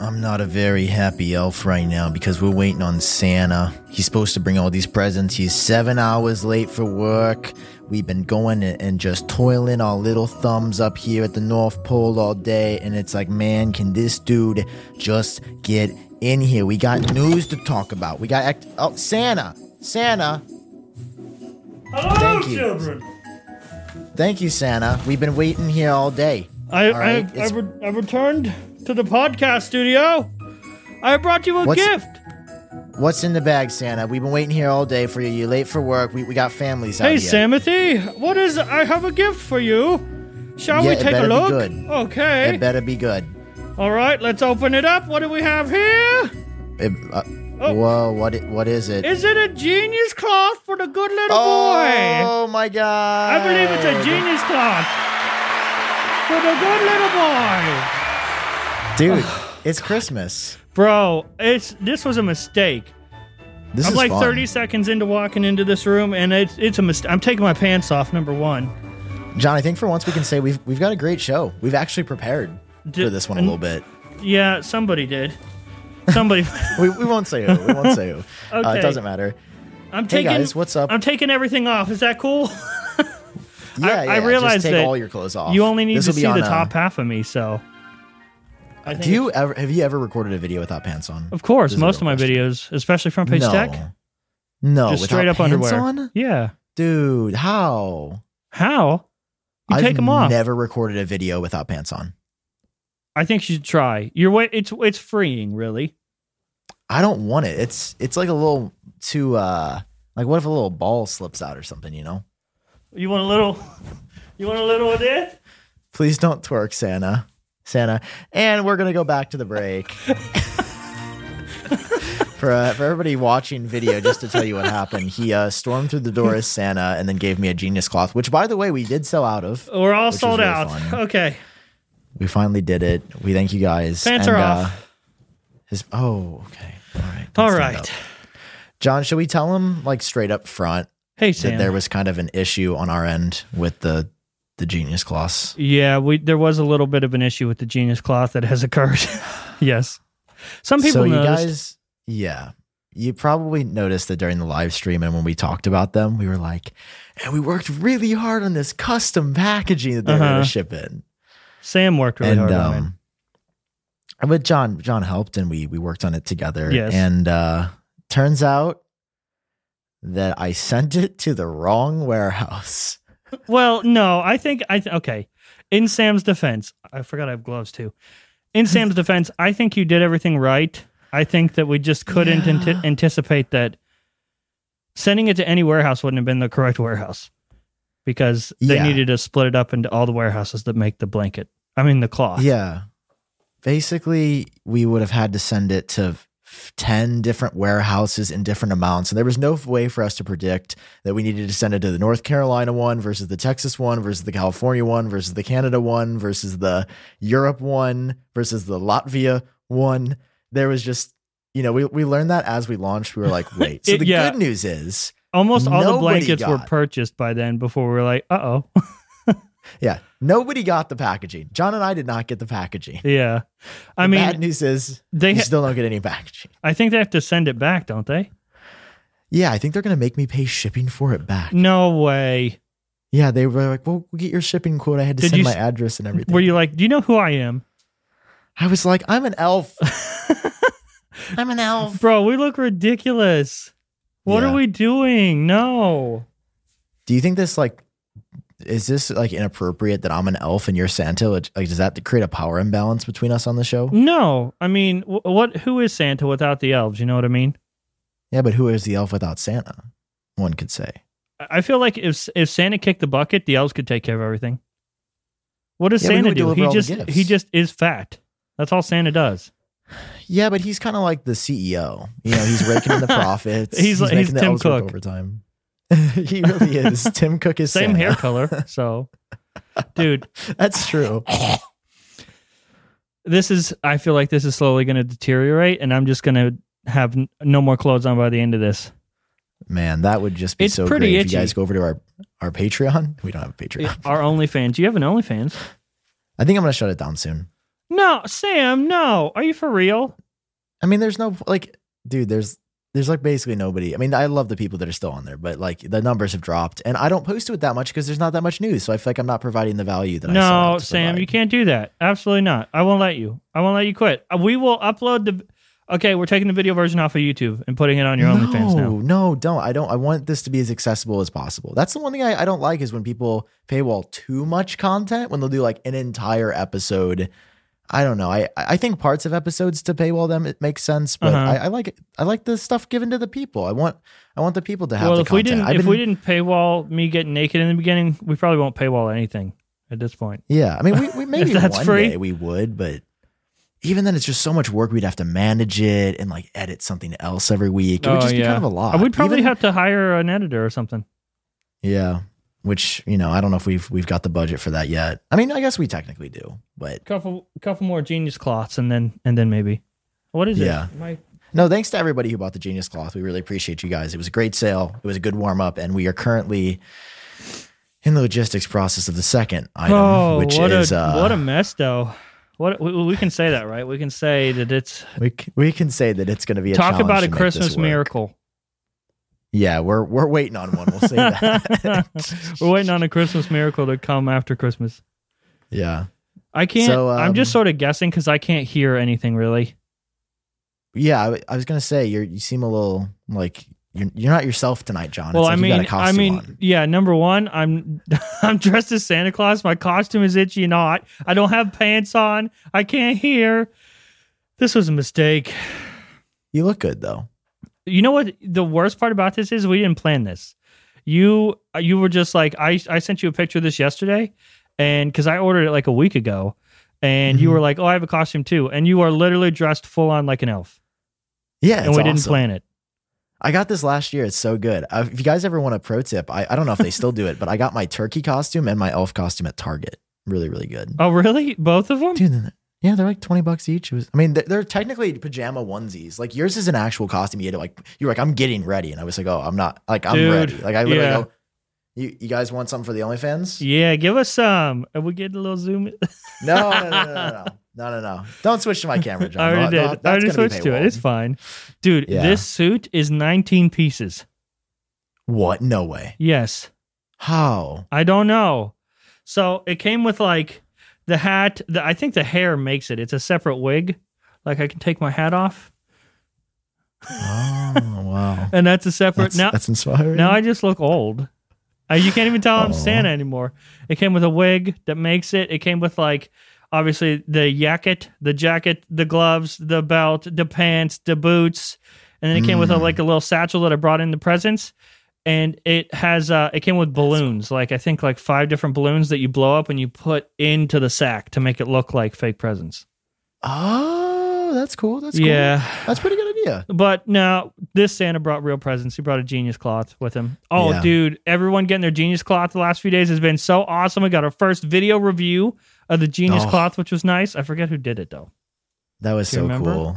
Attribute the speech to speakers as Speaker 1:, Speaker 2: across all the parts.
Speaker 1: I'm not a very happy elf right now because we're waiting on Santa. He's supposed to bring all these presents. He's seven hours late for work. We've been going and and just toiling our little thumbs up here at the North Pole all day. And it's like, man, can this dude just get in here? We got news to talk about. We got act. Oh, Santa! Santa!
Speaker 2: Hello,
Speaker 1: Thank you.
Speaker 2: children.
Speaker 1: Thank you, Santa. We've been waiting here all day.
Speaker 2: I
Speaker 1: All right,
Speaker 2: I, I,
Speaker 1: it's-
Speaker 2: re- I returned to the podcast studio. I brought you a
Speaker 1: What's- oh,
Speaker 2: gift.
Speaker 1: What's in the bag, Santa? We've been waiting here all day for you. You're late for work. We, we got families out
Speaker 2: Hey,
Speaker 1: here.
Speaker 2: Samothy, what is? I have a gift for you. Shall
Speaker 1: Yeah,
Speaker 2: we
Speaker 1: it
Speaker 2: take
Speaker 1: better
Speaker 2: a
Speaker 1: be
Speaker 2: look?
Speaker 1: good.
Speaker 2: Okay.
Speaker 1: It better be good.
Speaker 2: All right, let's open it up. What do we have here?
Speaker 1: It, uh,
Speaker 2: Oh.
Speaker 1: Whoa! What? i- What is it?
Speaker 2: Is it a genius cloth for the good little boy?
Speaker 1: oh my god!
Speaker 2: I believe it's a genius cloth for the good little boy.
Speaker 1: dude. It's Christmas.
Speaker 2: Bro, it's this was a mistake.
Speaker 1: This
Speaker 2: I'm
Speaker 1: is
Speaker 2: like
Speaker 1: fun.
Speaker 2: 30 seconds into walking into this room, and it's it's a mistake. I'm taking my pants off. Number one.
Speaker 1: John, I think for once we can say we've we've got a great show. We've actually prepared
Speaker 2: Di-
Speaker 1: for this one a little bit.
Speaker 2: Yeah, somebody did. Somebody.
Speaker 1: We, we won't say who. We won't say who. uh,
Speaker 2: Okay.
Speaker 1: it doesn't matter.
Speaker 2: I'm taking.
Speaker 1: guys, what's up?
Speaker 2: I'm taking everything off. Is that cool?
Speaker 1: Yeah, yeah.
Speaker 2: I realize
Speaker 1: just take
Speaker 2: that
Speaker 1: all your clothes off.
Speaker 2: You only need
Speaker 1: This
Speaker 2: to
Speaker 1: will be
Speaker 2: see the
Speaker 1: on, uh,
Speaker 2: top half of me, so. I
Speaker 1: Do you ever have you ever recorded a video without pants on?
Speaker 2: Of course,
Speaker 1: This is a
Speaker 2: most of
Speaker 1: real
Speaker 2: my
Speaker 1: question.
Speaker 2: videos, especially front page
Speaker 1: no.
Speaker 2: tech,
Speaker 1: No,
Speaker 2: just
Speaker 1: without
Speaker 2: straight up
Speaker 1: pants
Speaker 2: underwear.
Speaker 1: on?
Speaker 2: Yeah.
Speaker 1: Dude, how?
Speaker 2: How? You
Speaker 1: I've
Speaker 2: take them off.
Speaker 1: Never recorded a video without pants on.
Speaker 2: I think you should try. You're wait. It's it's freeing, really.
Speaker 1: I don't want it. It's it's like a little too uh like what if a little ball slips out or something, you know?
Speaker 2: You want a little? You want a little of this?
Speaker 1: Please don't twerk, Santa. Santa. And we're gonna go back to the break. for uh, for everybody watching video, just to tell you what happened, he uh, stormed through the door as Santa and then gave me a genius cloth, which by the way we did sell out of.
Speaker 2: We're all
Speaker 1: is
Speaker 2: sold
Speaker 1: really
Speaker 2: out.
Speaker 1: fun.
Speaker 2: Okay.
Speaker 1: We finally did it. We thank you guys.
Speaker 2: Pants
Speaker 1: And,
Speaker 2: are
Speaker 1: uh,
Speaker 2: off.
Speaker 1: his oh okay. All right.
Speaker 2: All
Speaker 1: Stand up.
Speaker 2: right.
Speaker 1: John, should we tell him like straight up front
Speaker 2: Hey,
Speaker 1: that
Speaker 2: Sam.
Speaker 1: there was kind of an issue on our end with the the genius clause?
Speaker 2: yeah, we there was a little bit of an issue with the genius cloth that has occurred. yes. Some people
Speaker 1: so you
Speaker 2: noticed.
Speaker 1: guys, yeah, you probably noticed that during the live stream and when we talked about them, we were like, and we worked really hard on this custom packaging that they're going
Speaker 2: Uh-huh.
Speaker 1: to ship in,
Speaker 2: Sam worked really
Speaker 1: and
Speaker 2: hard on it.
Speaker 1: um, but John John helped and we we worked on it together,
Speaker 2: Yes.
Speaker 1: and uh, turns out that I sent it to the wrong warehouse.
Speaker 2: Well, no, I think I th- okay. In Sam's defense, I forgot I have gloves too. In Sam's defense, I think you did everything right. I think that we just couldn't ant-
Speaker 1: Yeah.
Speaker 2: anticipate that sending it to any warehouse wouldn't have been the correct warehouse because they
Speaker 1: Yeah.
Speaker 2: needed to split it up into all the warehouses that make the blanket. I mean the cloth.
Speaker 1: Yeah. Basically, we would have had to send it to f- 10 different warehouses in different amounts. And there was no way for us to predict that we needed to send it to the North Carolina one versus the Texas one versus the California one versus the Canada one versus the Europe one versus the Latvia one. There was just, you know, we, we learned that as we launched. We were like, wait. So
Speaker 2: It-
Speaker 1: the
Speaker 2: yeah.
Speaker 1: good news is,
Speaker 2: Almost all the
Speaker 1: Nobody
Speaker 2: blankets were
Speaker 1: got-
Speaker 2: purchased by then before we were like, uh oh.
Speaker 1: yeah, nobody got the packaging. John and I did not get the packaging.
Speaker 2: yeah. I
Speaker 1: The
Speaker 2: mean
Speaker 1: bad news is,
Speaker 2: they
Speaker 1: you
Speaker 2: ha-
Speaker 1: still don't get any packaging.
Speaker 2: I think they have to send it back, don't they?
Speaker 1: Yeah, I think they're gonna make me pay shipping for it back.
Speaker 2: No way.
Speaker 1: Yeah, they were like, "Well, we'll get your shipping quote." I had to
Speaker 2: Did
Speaker 1: send
Speaker 2: you
Speaker 1: my
Speaker 2: s-
Speaker 1: address and everything.
Speaker 2: Were you like, do you know who I am?
Speaker 1: I was like, "I'm an elf. I'm an elf."
Speaker 2: Bro, we look ridiculous. What
Speaker 1: Yeah.
Speaker 2: are we doing? No.
Speaker 1: Do you think this like is this like inappropriate that I'm an elf and you're Santa? Like, like, does that create a power imbalance between us on the show?
Speaker 2: No. I mean, wh- what who is Santa without the elves, you know what I mean?
Speaker 1: Yeah, but who is the elf without Santa? One could say.
Speaker 2: I I feel like if if Santa kicked the bucket, the elves could take care of everything. What does
Speaker 1: Yeah, but he
Speaker 2: Santa
Speaker 1: would
Speaker 2: do?
Speaker 1: deliver
Speaker 2: He
Speaker 1: all the
Speaker 2: just
Speaker 1: gifts.
Speaker 2: he just is fat. That's all Santa does.
Speaker 1: Yeah, but he's kind of like the CEO. You know, he's raking in the profits.
Speaker 2: He's like- he's
Speaker 1: making the
Speaker 2: Tim
Speaker 1: elves work
Speaker 2: Cook.
Speaker 1: overtime. he really is. Tim Cook is
Speaker 2: Same
Speaker 1: Santa.
Speaker 2: hair color. So dude,
Speaker 1: That's true.
Speaker 2: this is I feel like this is slowly going to deteriorate and I'm just going to have n- no more clothes on by the end of this.
Speaker 1: Man, that would just be
Speaker 2: It's
Speaker 1: so
Speaker 2: pretty
Speaker 1: great if
Speaker 2: itchy.
Speaker 1: you guys go over to our our Patreon. We don't have a Patreon.
Speaker 2: Our OnlyFans. You have an OnlyFans?
Speaker 1: I think I'm gonna shut it down soon.
Speaker 2: No, Sam, no. Are you for real?
Speaker 1: I mean, there's no like, dude. There's there's like basically nobody. I mean, I love the people that are still on there, but like the numbers have dropped, and I don't post to it that much because there's not that much news. So I feel like I'm not providing the value that I set
Speaker 2: No,
Speaker 1: out to
Speaker 2: Sam,
Speaker 1: provide.
Speaker 2: you can't do that. Absolutely not. I won't let you. I won't let you quit. Uh, We will upload the. Okay, we're taking the video version off of YouTube and putting it on your OnlyFans now.
Speaker 1: no, no, don't. I don't. I want this to be as accessible as possible. That's the one thing I, I don't like is when people paywall too much content when they'll do like an entire episode. I don't know. I I think parts of episodes to paywall them it makes sense, but
Speaker 2: Uh-huh.
Speaker 1: I, I like it. I like the stuff given to the people. I want I want the people to have.
Speaker 2: Well,
Speaker 1: the
Speaker 2: if we
Speaker 1: content.
Speaker 2: didn't,
Speaker 1: I've
Speaker 2: if
Speaker 1: been-
Speaker 2: we didn't paywall me getting naked in the beginning, we probably won't paywall anything at this point.
Speaker 1: Yeah, I mean, we, we maybe
Speaker 2: that's
Speaker 1: one
Speaker 2: free.
Speaker 1: day we would, but even then, it's just so much work. We'd have to manage it and like edit something else every week. It would
Speaker 2: Oh,
Speaker 1: just be
Speaker 2: yeah.
Speaker 1: kind of a lot.
Speaker 2: I would probably
Speaker 1: Even-
Speaker 2: have to hire an editor or something.
Speaker 1: yeah, which you know, I don't know if we've we've got the budget for that yet. I mean, I guess we technically do, but
Speaker 2: Couple, couple more genius cloths, and then, and then maybe. What is
Speaker 1: Yeah.
Speaker 2: it? My
Speaker 1: no. Thanks to everybody who bought the Genius Cloth. We really appreciate you guys. It was a great sale. It was a good warm up, and we are currently in the logistics process of the second item,
Speaker 2: oh,
Speaker 1: which
Speaker 2: what
Speaker 1: is
Speaker 2: a
Speaker 1: uh,
Speaker 2: what a mess, though. What we, we can say that, right? We can say that it's
Speaker 1: we c- we can say that it's going to be a
Speaker 2: talk
Speaker 1: challenge
Speaker 2: about
Speaker 1: to
Speaker 2: a
Speaker 1: make this
Speaker 2: Christmas
Speaker 1: work.
Speaker 2: miracle.
Speaker 1: Yeah, we're we're waiting on one. We'll say that.
Speaker 2: We're waiting on a Christmas miracle to come after Christmas.
Speaker 1: Yeah.
Speaker 2: I can't.
Speaker 1: So,
Speaker 2: I'm just
Speaker 1: um,
Speaker 2: sort of guessing because I can't hear anything really.
Speaker 1: Yeah, I, I was gonna say you you seem a little like you're you're not yourself tonight, John.
Speaker 2: well,
Speaker 1: it's like
Speaker 2: I mean,
Speaker 1: you got a costume
Speaker 2: I mean,
Speaker 1: on.
Speaker 2: yeah. Number one, I'm I'm dressed as Santa Claus. My costume is itchy and hot. I don't have pants on. I can't hear. This was a mistake.
Speaker 1: You look good though.
Speaker 2: You know what? The worst part about this is we didn't plan this. You uh, you were just like I I sent you a picture of this yesterday, and because I ordered it like a week ago, and you
Speaker 1: Mhm.
Speaker 2: were like, oh, I have a costume too, and you are literally dressed full on like an elf,
Speaker 1: Yeah,
Speaker 2: and
Speaker 1: it's
Speaker 2: we didn't
Speaker 1: awesome.
Speaker 2: plan it.
Speaker 1: I got this last year. It's so good. Uh, if you guys ever want a pro tip, I, I don't know if they still do it, but I got my turkey costume and my elf costume at Target. Really, really good.
Speaker 2: Oh, really? Both of them?
Speaker 1: Dude, they're- yeah, they're like twenty bucks each. It was, I mean, they're, they're technically pajama onesies. Like yours is an actual costume. You had to like, you were like, I'm getting ready, and I was like, oh, I'm not. Like I'm
Speaker 2: Dude,
Speaker 1: ready. Like I literally
Speaker 2: yeah.
Speaker 1: go, you you guys want something for the OnlyFans?
Speaker 2: Yeah, give us some. Are we getting a little zoom? in?
Speaker 1: No, no, no, no, no, no, no, no, no. Don't switch to my camera, John.
Speaker 2: I already
Speaker 1: No,
Speaker 2: did.
Speaker 1: no,
Speaker 2: I
Speaker 1: that's
Speaker 2: already
Speaker 1: gonna be
Speaker 2: switched to it.
Speaker 1: paywalled.
Speaker 2: It's fine, dude.
Speaker 1: Yeah.
Speaker 2: This suit is 19 pieces.
Speaker 1: What? No way.
Speaker 2: Yes,
Speaker 1: How?
Speaker 2: I don't know. So it came with like the hat. The, I think the hair makes it. It's a separate wig. Like I can take my hat off,
Speaker 1: Oh, wow.
Speaker 2: and that's a separate.
Speaker 1: That's,
Speaker 2: now,
Speaker 1: that's inspiring.
Speaker 2: now I just look old. Uh, you can't even tell I'm
Speaker 1: Aw.
Speaker 2: Santa anymore. It came with a wig that makes it. It came with like obviously the jacket, the jacket, the gloves, the belt, the pants, the boots, and then it came with a,
Speaker 1: Mm.
Speaker 2: like a little satchel that I brought in the presents. And it has uh, it came with balloons, like I think like five different balloons that you blow up and you put into the sack to make it look like fake presents.
Speaker 1: oh, that's cool. That's cool.
Speaker 2: yeah.
Speaker 1: That's a pretty good idea.
Speaker 2: But no, this Santa brought real presents. He brought a genius cloth with him. Oh,
Speaker 1: Yeah.
Speaker 2: dude, everyone getting their genius cloth the last few days has been so awesome. We got our first video review of the genius
Speaker 1: Oh.
Speaker 2: cloth, which was nice. I forget who did it though.
Speaker 1: That was
Speaker 2: Do you
Speaker 1: so
Speaker 2: remember?
Speaker 1: cool.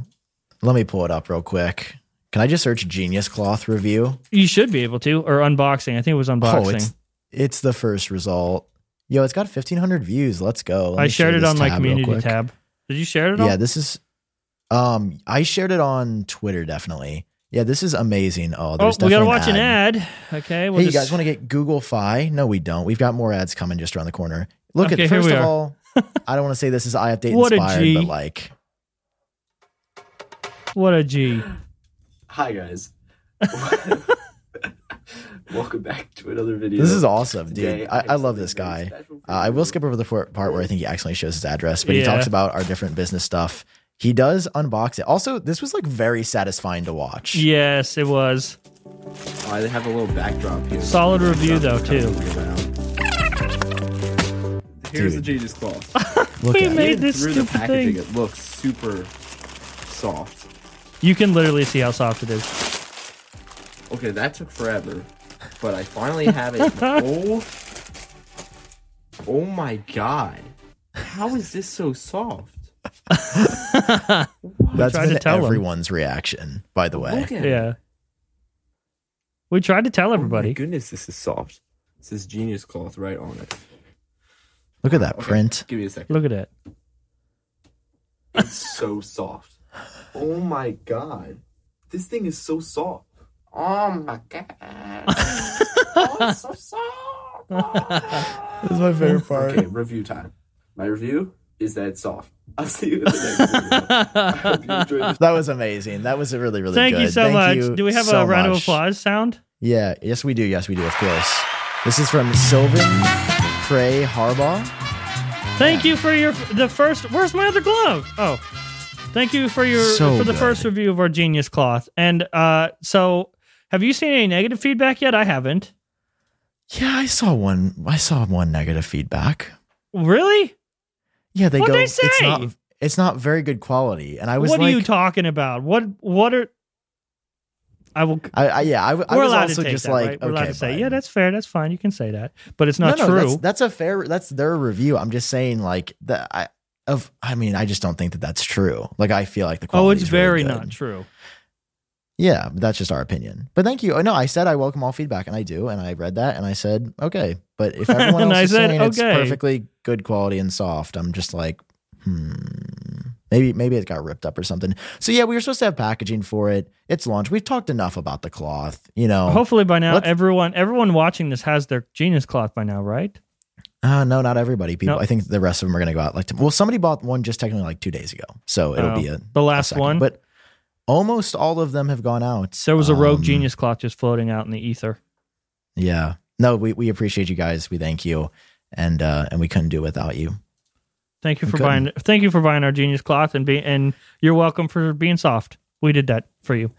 Speaker 1: Let me pull it up real quick. Can I just search Genius Cloth review?
Speaker 2: You should be able to, or unboxing. I think it was
Speaker 1: Oh,
Speaker 2: unboxing.
Speaker 1: it's it's the first result. Yo, it's got fifteen hundred views. Let's go. Let
Speaker 2: I
Speaker 1: me share
Speaker 2: shared it
Speaker 1: this
Speaker 2: on my
Speaker 1: tab real
Speaker 2: community
Speaker 1: quick.
Speaker 2: tab. Did you share it on?
Speaker 1: Yeah, this is. Um, I shared it on Twitter definitely. Yeah, this is amazing. Oh,
Speaker 2: oh,
Speaker 1: there's
Speaker 2: we gotta
Speaker 1: definitely
Speaker 2: watch an
Speaker 1: ad.
Speaker 2: ad. Okay. We'll
Speaker 1: hey,
Speaker 2: just,
Speaker 1: you guys want to get Google Fi? No, we don't. We've got more ads coming just around the corner. Look
Speaker 2: Okay,
Speaker 1: at
Speaker 2: here
Speaker 1: first
Speaker 2: we
Speaker 1: of
Speaker 2: are.
Speaker 1: all, I don't want to say this is I update
Speaker 2: What a G.
Speaker 1: inspired, but like,
Speaker 2: what a G.
Speaker 3: Hi guys. Welcome back to another video.
Speaker 1: this is awesome, dude.
Speaker 3: Today,
Speaker 1: I, I
Speaker 3: have
Speaker 1: love this
Speaker 3: something very
Speaker 1: guy.
Speaker 3: special for
Speaker 1: Uh, I
Speaker 3: you.
Speaker 1: will skip over the for- part where I think he accidentally shows his address, but he
Speaker 2: Yeah.
Speaker 1: talks about our different business stuff. He does unbox it. Also, this was like very satisfying to watch.
Speaker 2: Yes, it was.
Speaker 3: Oh, I have a little backdrop here.
Speaker 2: Solid review, though,
Speaker 3: Backdrop
Speaker 2: too.
Speaker 3: to figure that out. Here's
Speaker 1: Dude.
Speaker 3: the genius cloth.
Speaker 1: Look
Speaker 2: we
Speaker 1: at it.
Speaker 2: made-
Speaker 3: Even
Speaker 2: this
Speaker 3: through the
Speaker 2: stupid
Speaker 3: packaging,
Speaker 2: thing.
Speaker 3: it looks super soft.
Speaker 2: You can literally see how soft it is.
Speaker 3: Okay, that took forever, but I finally have it. oh, oh my god! How is this so soft?
Speaker 1: That's
Speaker 2: tried to
Speaker 1: been
Speaker 2: tell him.
Speaker 1: everyone's reaction, by the way.
Speaker 3: Look at it.
Speaker 2: Yeah. We tried to tell
Speaker 3: Oh my
Speaker 2: everybody.
Speaker 3: goodness, this is soft. It says genius cloth right on it.
Speaker 1: Look at that print.
Speaker 3: Give me a second.
Speaker 2: Look at it.
Speaker 3: It's so soft. Oh my god. This thing is so soft. Oh my god. oh, it's so soft.
Speaker 1: That's my favorite part.
Speaker 3: Okay, review time. My review is that it's soft. I'll see you in the next video. I hope you enjoyed this
Speaker 1: That was amazing. That was really, really
Speaker 2: Thank
Speaker 1: good.
Speaker 2: you so much. Do we have
Speaker 1: so
Speaker 2: a round of
Speaker 1: much.
Speaker 2: applause sound?
Speaker 1: Yeah. Yes, we do. Yes, we do. Of course. This is from Sylvan Cray Harbaugh.
Speaker 2: Thank you for your the first. Where's my other glove? Oh, thank you for your
Speaker 1: So
Speaker 2: for the
Speaker 1: good.
Speaker 2: first review of our genius cloth. And uh, so, have you seen any negative feedback yet? I haven't.
Speaker 1: Yeah, I saw one. I saw one negative feedback.
Speaker 2: Really?
Speaker 1: Yeah, they
Speaker 2: What'd
Speaker 1: go.
Speaker 2: they
Speaker 1: It's
Speaker 2: say?
Speaker 1: not. It's not very good quality. And I was
Speaker 2: What
Speaker 1: like,
Speaker 2: are you talking about? What What are? I will.
Speaker 1: I, I yeah, I, w- I
Speaker 2: we're
Speaker 1: was
Speaker 2: allowed
Speaker 1: also
Speaker 2: to take
Speaker 1: just
Speaker 2: that,
Speaker 1: like,
Speaker 2: right? We're allowed
Speaker 1: okay,
Speaker 2: to say,
Speaker 1: bud.
Speaker 2: yeah, that's fair. That's fine. You can say that, but it's not
Speaker 1: no, no,
Speaker 2: true. Oh,
Speaker 1: That's, that's a fair. That's their review. I'm just saying, like that. I of. I mean, I just don't think that that's true. Like, I feel like the quality.
Speaker 2: oh, it's
Speaker 1: is really
Speaker 2: very
Speaker 1: good.
Speaker 2: not true.
Speaker 1: Yeah, but that's just our opinion. But thank you. Oh, No, I said I welcome all feedback, and I do, and I read that, and I said okay. But if everyone
Speaker 2: And
Speaker 1: else
Speaker 2: I
Speaker 1: is
Speaker 2: said,
Speaker 1: saying it's
Speaker 2: okay.
Speaker 1: perfectly good quality and soft, I'm just like, hmm. Maybe maybe it got ripped up or something. So yeah, we were supposed to have packaging for it. It's launched. We've talked enough about the cloth. You know,
Speaker 2: Hopefully by now,
Speaker 1: Oh. Let's-
Speaker 2: everyone everyone watching this has their genius cloth by now, right?
Speaker 1: Uh, no, not everybody. People,
Speaker 2: No.
Speaker 1: I think the rest of them are going to go out like. well, somebody bought one just technically like two days ago, so it'll
Speaker 2: Oh,
Speaker 1: be a a
Speaker 2: The last
Speaker 1: second.
Speaker 2: one.
Speaker 1: But almost all of them have gone out.
Speaker 2: there was a rogue
Speaker 1: Um,
Speaker 2: genius cloth just floating out in the ether.
Speaker 1: Yeah. No, we we appreciate you guys. We thank you, and uh and we couldn't do it without you.
Speaker 2: Thank you
Speaker 1: we
Speaker 2: for buying. Thank you for buying our genius cloth and be and you're welcome for being soft. We did that for you,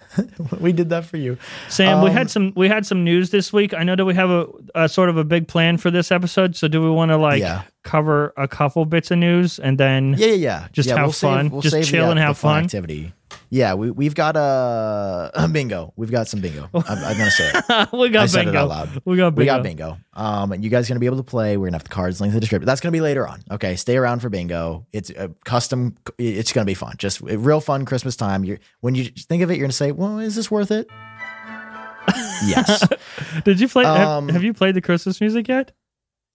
Speaker 1: we did that for you.
Speaker 2: Sam. we
Speaker 1: Um,
Speaker 2: had some we had some news this week. I know that we have a, a sort of a big plan for this episode. So do we want to like
Speaker 1: Yeah.
Speaker 2: cover a couple bits of news and then
Speaker 1: Yeah, yeah, yeah.
Speaker 2: Just
Speaker 1: yeah,
Speaker 2: have fun. Just
Speaker 1: the,
Speaker 2: chill and
Speaker 1: uh,
Speaker 2: have
Speaker 1: the fun,
Speaker 2: fun.
Speaker 1: activity. Yeah, we we've got uh, bingo. We've got some bingo. I'm, I'm gonna say it.
Speaker 2: we
Speaker 1: I
Speaker 2: got
Speaker 1: said it
Speaker 2: bingo.
Speaker 1: out loud.
Speaker 2: We got bingo.
Speaker 1: We got bingo. Um, and you guys are gonna be able to play. We're gonna have the cards linked in the description. That's gonna be later on. Okay, stay around for bingo. It's a custom. It's gonna be fun. Just a real fun Christmas time. You're when you think of it, you're gonna say, "Well, is this worth it?" yes.
Speaker 2: Did you play? have-
Speaker 1: Um,
Speaker 2: have, you played the Christmas music yet?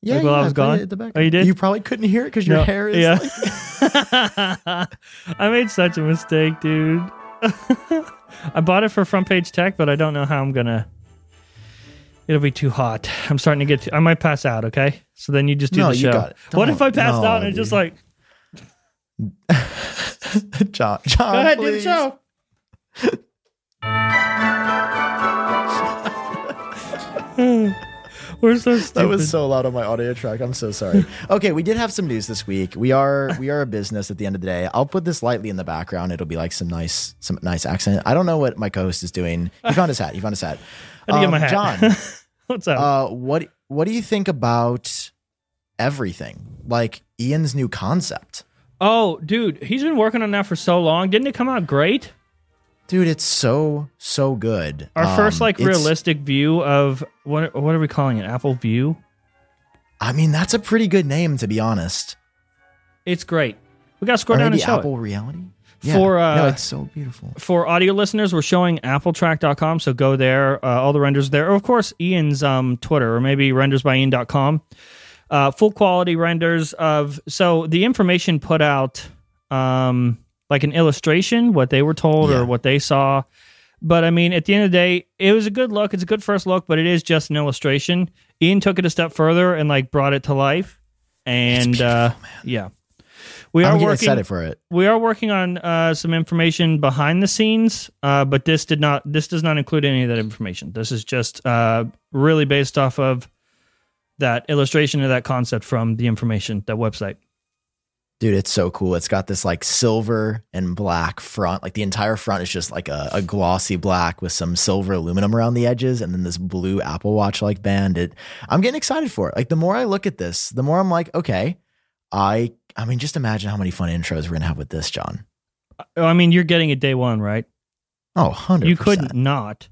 Speaker 1: Yeah.
Speaker 2: Like while I
Speaker 1: yeah,
Speaker 2: was
Speaker 1: played
Speaker 2: gone?
Speaker 1: it at the back.
Speaker 2: Oh, you did?
Speaker 1: You probably couldn't hear it because your
Speaker 2: No,
Speaker 1: hair is.
Speaker 2: yeah.
Speaker 1: like-
Speaker 2: I made such a mistake, dude. I bought it for front page tech, but I don't know how I'm gonna. It'll be too hot. I'm starting to get. Too, I might pass out. Okay, so then you just do
Speaker 1: No,
Speaker 2: the
Speaker 1: you
Speaker 2: show.
Speaker 1: got it.
Speaker 2: What if I
Speaker 1: Don't-
Speaker 2: passed
Speaker 1: no,
Speaker 2: out and it's just
Speaker 1: dude.
Speaker 2: like,
Speaker 1: John, John,
Speaker 2: go ahead, do the
Speaker 1: please.
Speaker 2: show. We're so stupid.
Speaker 1: That was so loud on my audio track. I'm so sorry. Okay, we did have some news this week. We are we are a business at the end of the day. I'll put this lightly in the background. It'll be like some nice some nice accent. I don't know what my co-host is doing. He found his hat. He found his hat.
Speaker 2: I had to get
Speaker 1: Um,
Speaker 2: my hat.
Speaker 1: John,
Speaker 2: What's up?
Speaker 1: uh, what what do you think about everything? Like Ian's new concept,
Speaker 2: oh, dude, he's been working on that for so long. Didn't it come out great?
Speaker 1: dude. It's so so good.
Speaker 2: Our
Speaker 1: Um,
Speaker 2: first like
Speaker 1: it's-
Speaker 2: realistic view of what what are we calling it? Apple View.
Speaker 1: I mean, that's a pretty good name to be honest.
Speaker 2: It's great. We got to scroll
Speaker 1: Or
Speaker 2: down and
Speaker 1: maybe
Speaker 2: show
Speaker 1: Apple Reality.
Speaker 2: For, uh,
Speaker 1: no, it's so beautiful.
Speaker 2: it. For audio listeners, we're showing appletrack.com, so go there. Uh, all the renders there. Or, of course, Ian's um, Twitter, or maybe rendersbyian.com. Uh, full quality renders of. So the information put out, um, like an illustration, what they were told
Speaker 1: Yeah.
Speaker 2: or what they saw. But I mean, at the end of the day, it was a good look. It's a good first look, but it is just an illustration. Ian took it a step further and like brought it to life. And uh, yeah, we
Speaker 1: I'm
Speaker 2: are
Speaker 1: getting
Speaker 2: working.
Speaker 1: excited for it.
Speaker 2: we are working on uh, some information behind the scenes, uh, but this did not. This does not include any of that information. This is just uh, really based off of that illustration of that concept from the information that website.
Speaker 1: Dude, it's so cool. It's got this like silver and black front. Like the entire front is just like a, a glossy black with some silver aluminum around the edges and then this blue Apple Watch like band. It I'm getting excited for it. Like the more I look at this, the more I'm like, okay, I I mean, just imagine how many fun intros we're gonna have with this, John.
Speaker 2: Oh, I mean, you're getting it day one, right?
Speaker 1: Oh, 100
Speaker 2: You couldn't not.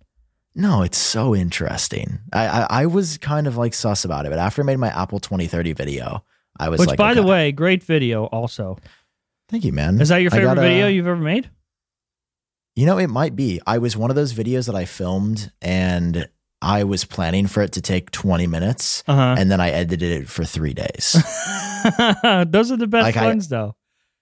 Speaker 1: No, it's so interesting. I, I I was kind of like sus about it, but after I made my Apple 2030 video, I was
Speaker 2: Which,
Speaker 1: like,
Speaker 2: by the
Speaker 1: okay.
Speaker 2: way, great video. Also,
Speaker 1: thank you, man.
Speaker 2: is that your
Speaker 1: I
Speaker 2: favorite
Speaker 1: got, uh,
Speaker 2: video you've ever made?
Speaker 1: You know, it might be. I was one of those videos that I filmed and I was planning for it to take 20 minutes
Speaker 2: Uh
Speaker 1: and then I edited it for three days.
Speaker 2: huh. Those are the best
Speaker 1: Like, I-
Speaker 2: ones, though.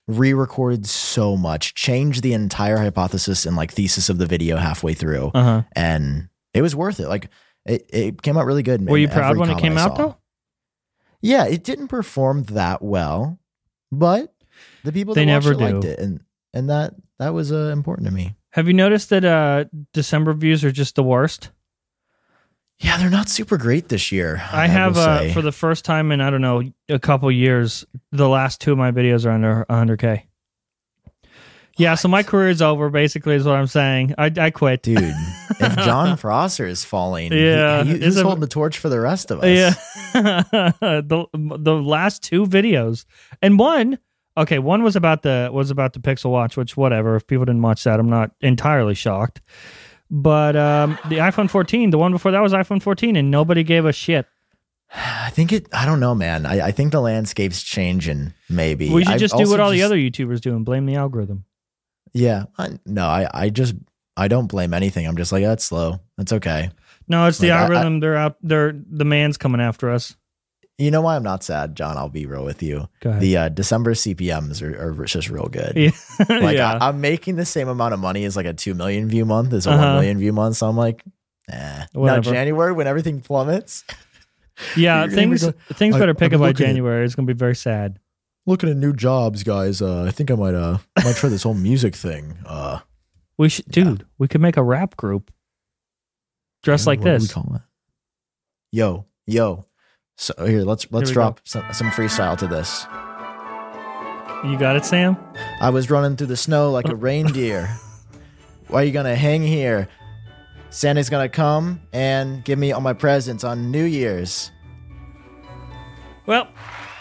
Speaker 1: re-recorded so much, changed the entire hypothesis and like thesis of the video halfway through,
Speaker 2: Uh huh.
Speaker 1: and it was worth it. Like it, it came out really good. in
Speaker 2: Were you
Speaker 1: every
Speaker 2: proud when it
Speaker 1: comment
Speaker 2: came
Speaker 1: I
Speaker 2: out
Speaker 1: saw.
Speaker 2: though?
Speaker 1: Yeah, it didn't perform that well, but the people
Speaker 2: They
Speaker 1: that watched
Speaker 2: never
Speaker 1: it liked
Speaker 2: do.
Speaker 1: it, and and that that was uh, important to me.
Speaker 2: Have you noticed that uh December views are just the worst?
Speaker 1: Yeah, they're not super great this year.
Speaker 2: I have
Speaker 1: will
Speaker 2: uh
Speaker 1: say.
Speaker 2: for the first time in I don't know a couple years, the last two of my videos are under 100k. Yeah, so my
Speaker 1: What?
Speaker 2: career's over. Basically, is what I'm saying. I I quit.
Speaker 1: dude. if John Prosser is falling, he-
Speaker 2: Yeah,
Speaker 1: he-
Speaker 2: it's
Speaker 1: he's
Speaker 2: a-
Speaker 1: holding the torch for the rest of us.
Speaker 2: Yeah, the the last two videos and one. Okay, one was about the was about the Pixel Watch, which whatever. If people didn't watch that, I'm not entirely shocked. But um, the iPhone 14, the one before that was iPhone 14, and nobody gave a shit.
Speaker 1: I think it. I don't know, man. I, I think the landscape's changing. Maybe
Speaker 2: We should
Speaker 1: I've
Speaker 2: just do what
Speaker 1: also
Speaker 2: all the
Speaker 1: just-
Speaker 2: other YouTubers do and blame the algorithm.
Speaker 1: Yeah, I, no, I, I just, I don't blame anything. I'm just like, that's slow. That's okay.
Speaker 2: No, it's the
Speaker 1: Like, I- I-
Speaker 2: algorithm. they're out. They're the man's coming after us.
Speaker 1: You know why I'm not sad, John? I'll be real with you.
Speaker 2: Go ahead.
Speaker 1: The uh, December CPMS are, are just real good.
Speaker 2: yeah,
Speaker 1: Like
Speaker 2: yeah.
Speaker 1: I, I'm making the same amount of money as like a two million view month as a
Speaker 2: Uh-huh.
Speaker 1: one million view month. So I'm like, eh. Now
Speaker 2: Whatever.
Speaker 1: January when everything plummets,
Speaker 2: yeah.
Speaker 1: you're gonna be
Speaker 2: Things
Speaker 1: going,
Speaker 2: things
Speaker 1: "I-
Speaker 2: better
Speaker 1: I've
Speaker 2: pick
Speaker 1: been
Speaker 2: up by
Speaker 1: looking at-
Speaker 2: January. It's gonna be very sad.
Speaker 1: looking at new jobs, guys. Uh, I think I might uh might try this whole music thing. Uh,
Speaker 2: We should,
Speaker 1: Yeah.
Speaker 2: dude. We could make a rap group dressed
Speaker 1: yeah,
Speaker 2: like
Speaker 1: what do we
Speaker 2: this.
Speaker 1: call it? Yo, yo. So here, let's let's
Speaker 2: we go.
Speaker 1: drop some, some freestyle to this.
Speaker 2: You got it, Sam.
Speaker 1: I was running through the snow like a reindeer. Why are you gonna hang here? Santa's gonna come and give me all my presents on New Year's.
Speaker 2: Well,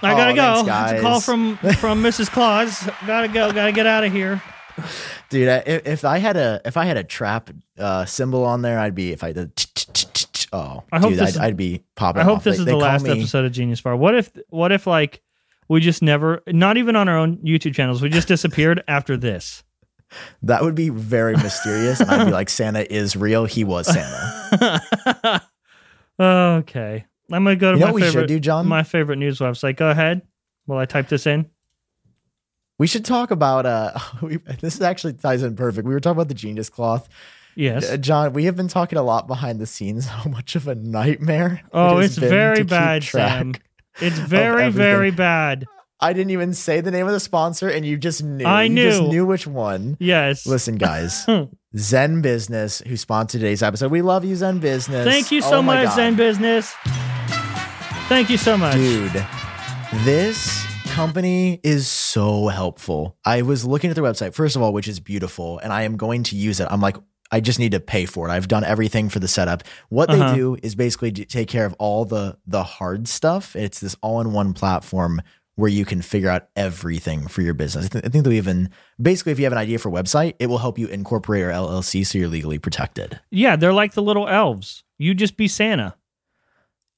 Speaker 2: I
Speaker 1: Oh,
Speaker 2: gotta go.
Speaker 1: thanks,
Speaker 2: It's a call
Speaker 1: guys.
Speaker 2: from from Mrs. Claus. Gotta go. Gotta get out of here.
Speaker 1: Dude, I, if, if I had a if I had a trap uh, symbol on there, I'd be if I did. Oh,
Speaker 2: I hope
Speaker 1: dude,
Speaker 2: this
Speaker 1: I'd,
Speaker 2: is-
Speaker 1: I'd be popping.
Speaker 2: I hope
Speaker 1: off.
Speaker 2: this
Speaker 1: They-
Speaker 2: is
Speaker 1: they
Speaker 2: the
Speaker 1: call
Speaker 2: last
Speaker 1: me-
Speaker 2: episode of Genius Bar. What if what if like we just never not even on our own YouTube channels, we just disappeared after this.
Speaker 1: That would be very mysterious, and I'd be like, Santa is real. He was Santa.
Speaker 2: okay. I'm gonna go to
Speaker 1: You know
Speaker 2: my
Speaker 1: what we should
Speaker 2: favorite
Speaker 1: do, John?
Speaker 2: my favorite news website. Go ahead. Will I type this in?
Speaker 1: we should talk about. Uh, we, this actually ties in perfect. We were talking about the genius cloth.
Speaker 2: Yes.
Speaker 1: Uh, John, we have been talking a lot behind the scenes how much of a nightmare. it
Speaker 2: oh,
Speaker 1: has
Speaker 2: it's
Speaker 1: been to
Speaker 2: very
Speaker 1: keep
Speaker 2: bad,
Speaker 1: track.
Speaker 2: Sam. It's very,
Speaker 1: everything.
Speaker 2: very bad.
Speaker 1: I didn't even say the name of the sponsor, and you just knew.
Speaker 2: I
Speaker 1: You just
Speaker 2: knew.
Speaker 1: knew which one.
Speaker 2: Yes. Hmm.
Speaker 1: Listen, guys, Zen Business, who sponsored today's episode, we love you, Zen Business.
Speaker 2: Thank you so
Speaker 1: Oh my
Speaker 2: much,
Speaker 1: God.
Speaker 2: Zen Business. Thank you so much.
Speaker 1: Dude, this company is so helpful. I was looking at their website, first of all, which is beautiful, and I am going to use it. I'm like, I just need to pay for it. I've done everything for the setup. What
Speaker 2: Uh-huh.
Speaker 1: they do is basically d- take care of all the the hard stuff. It's this all-in-one platform where you can figure out everything for your business. I, th- I think they'll even basically if you have an idea for a website, it will help you incorporate your LLC so you're legally protected.
Speaker 2: Yeah, they're like the little elves. You just be Santa.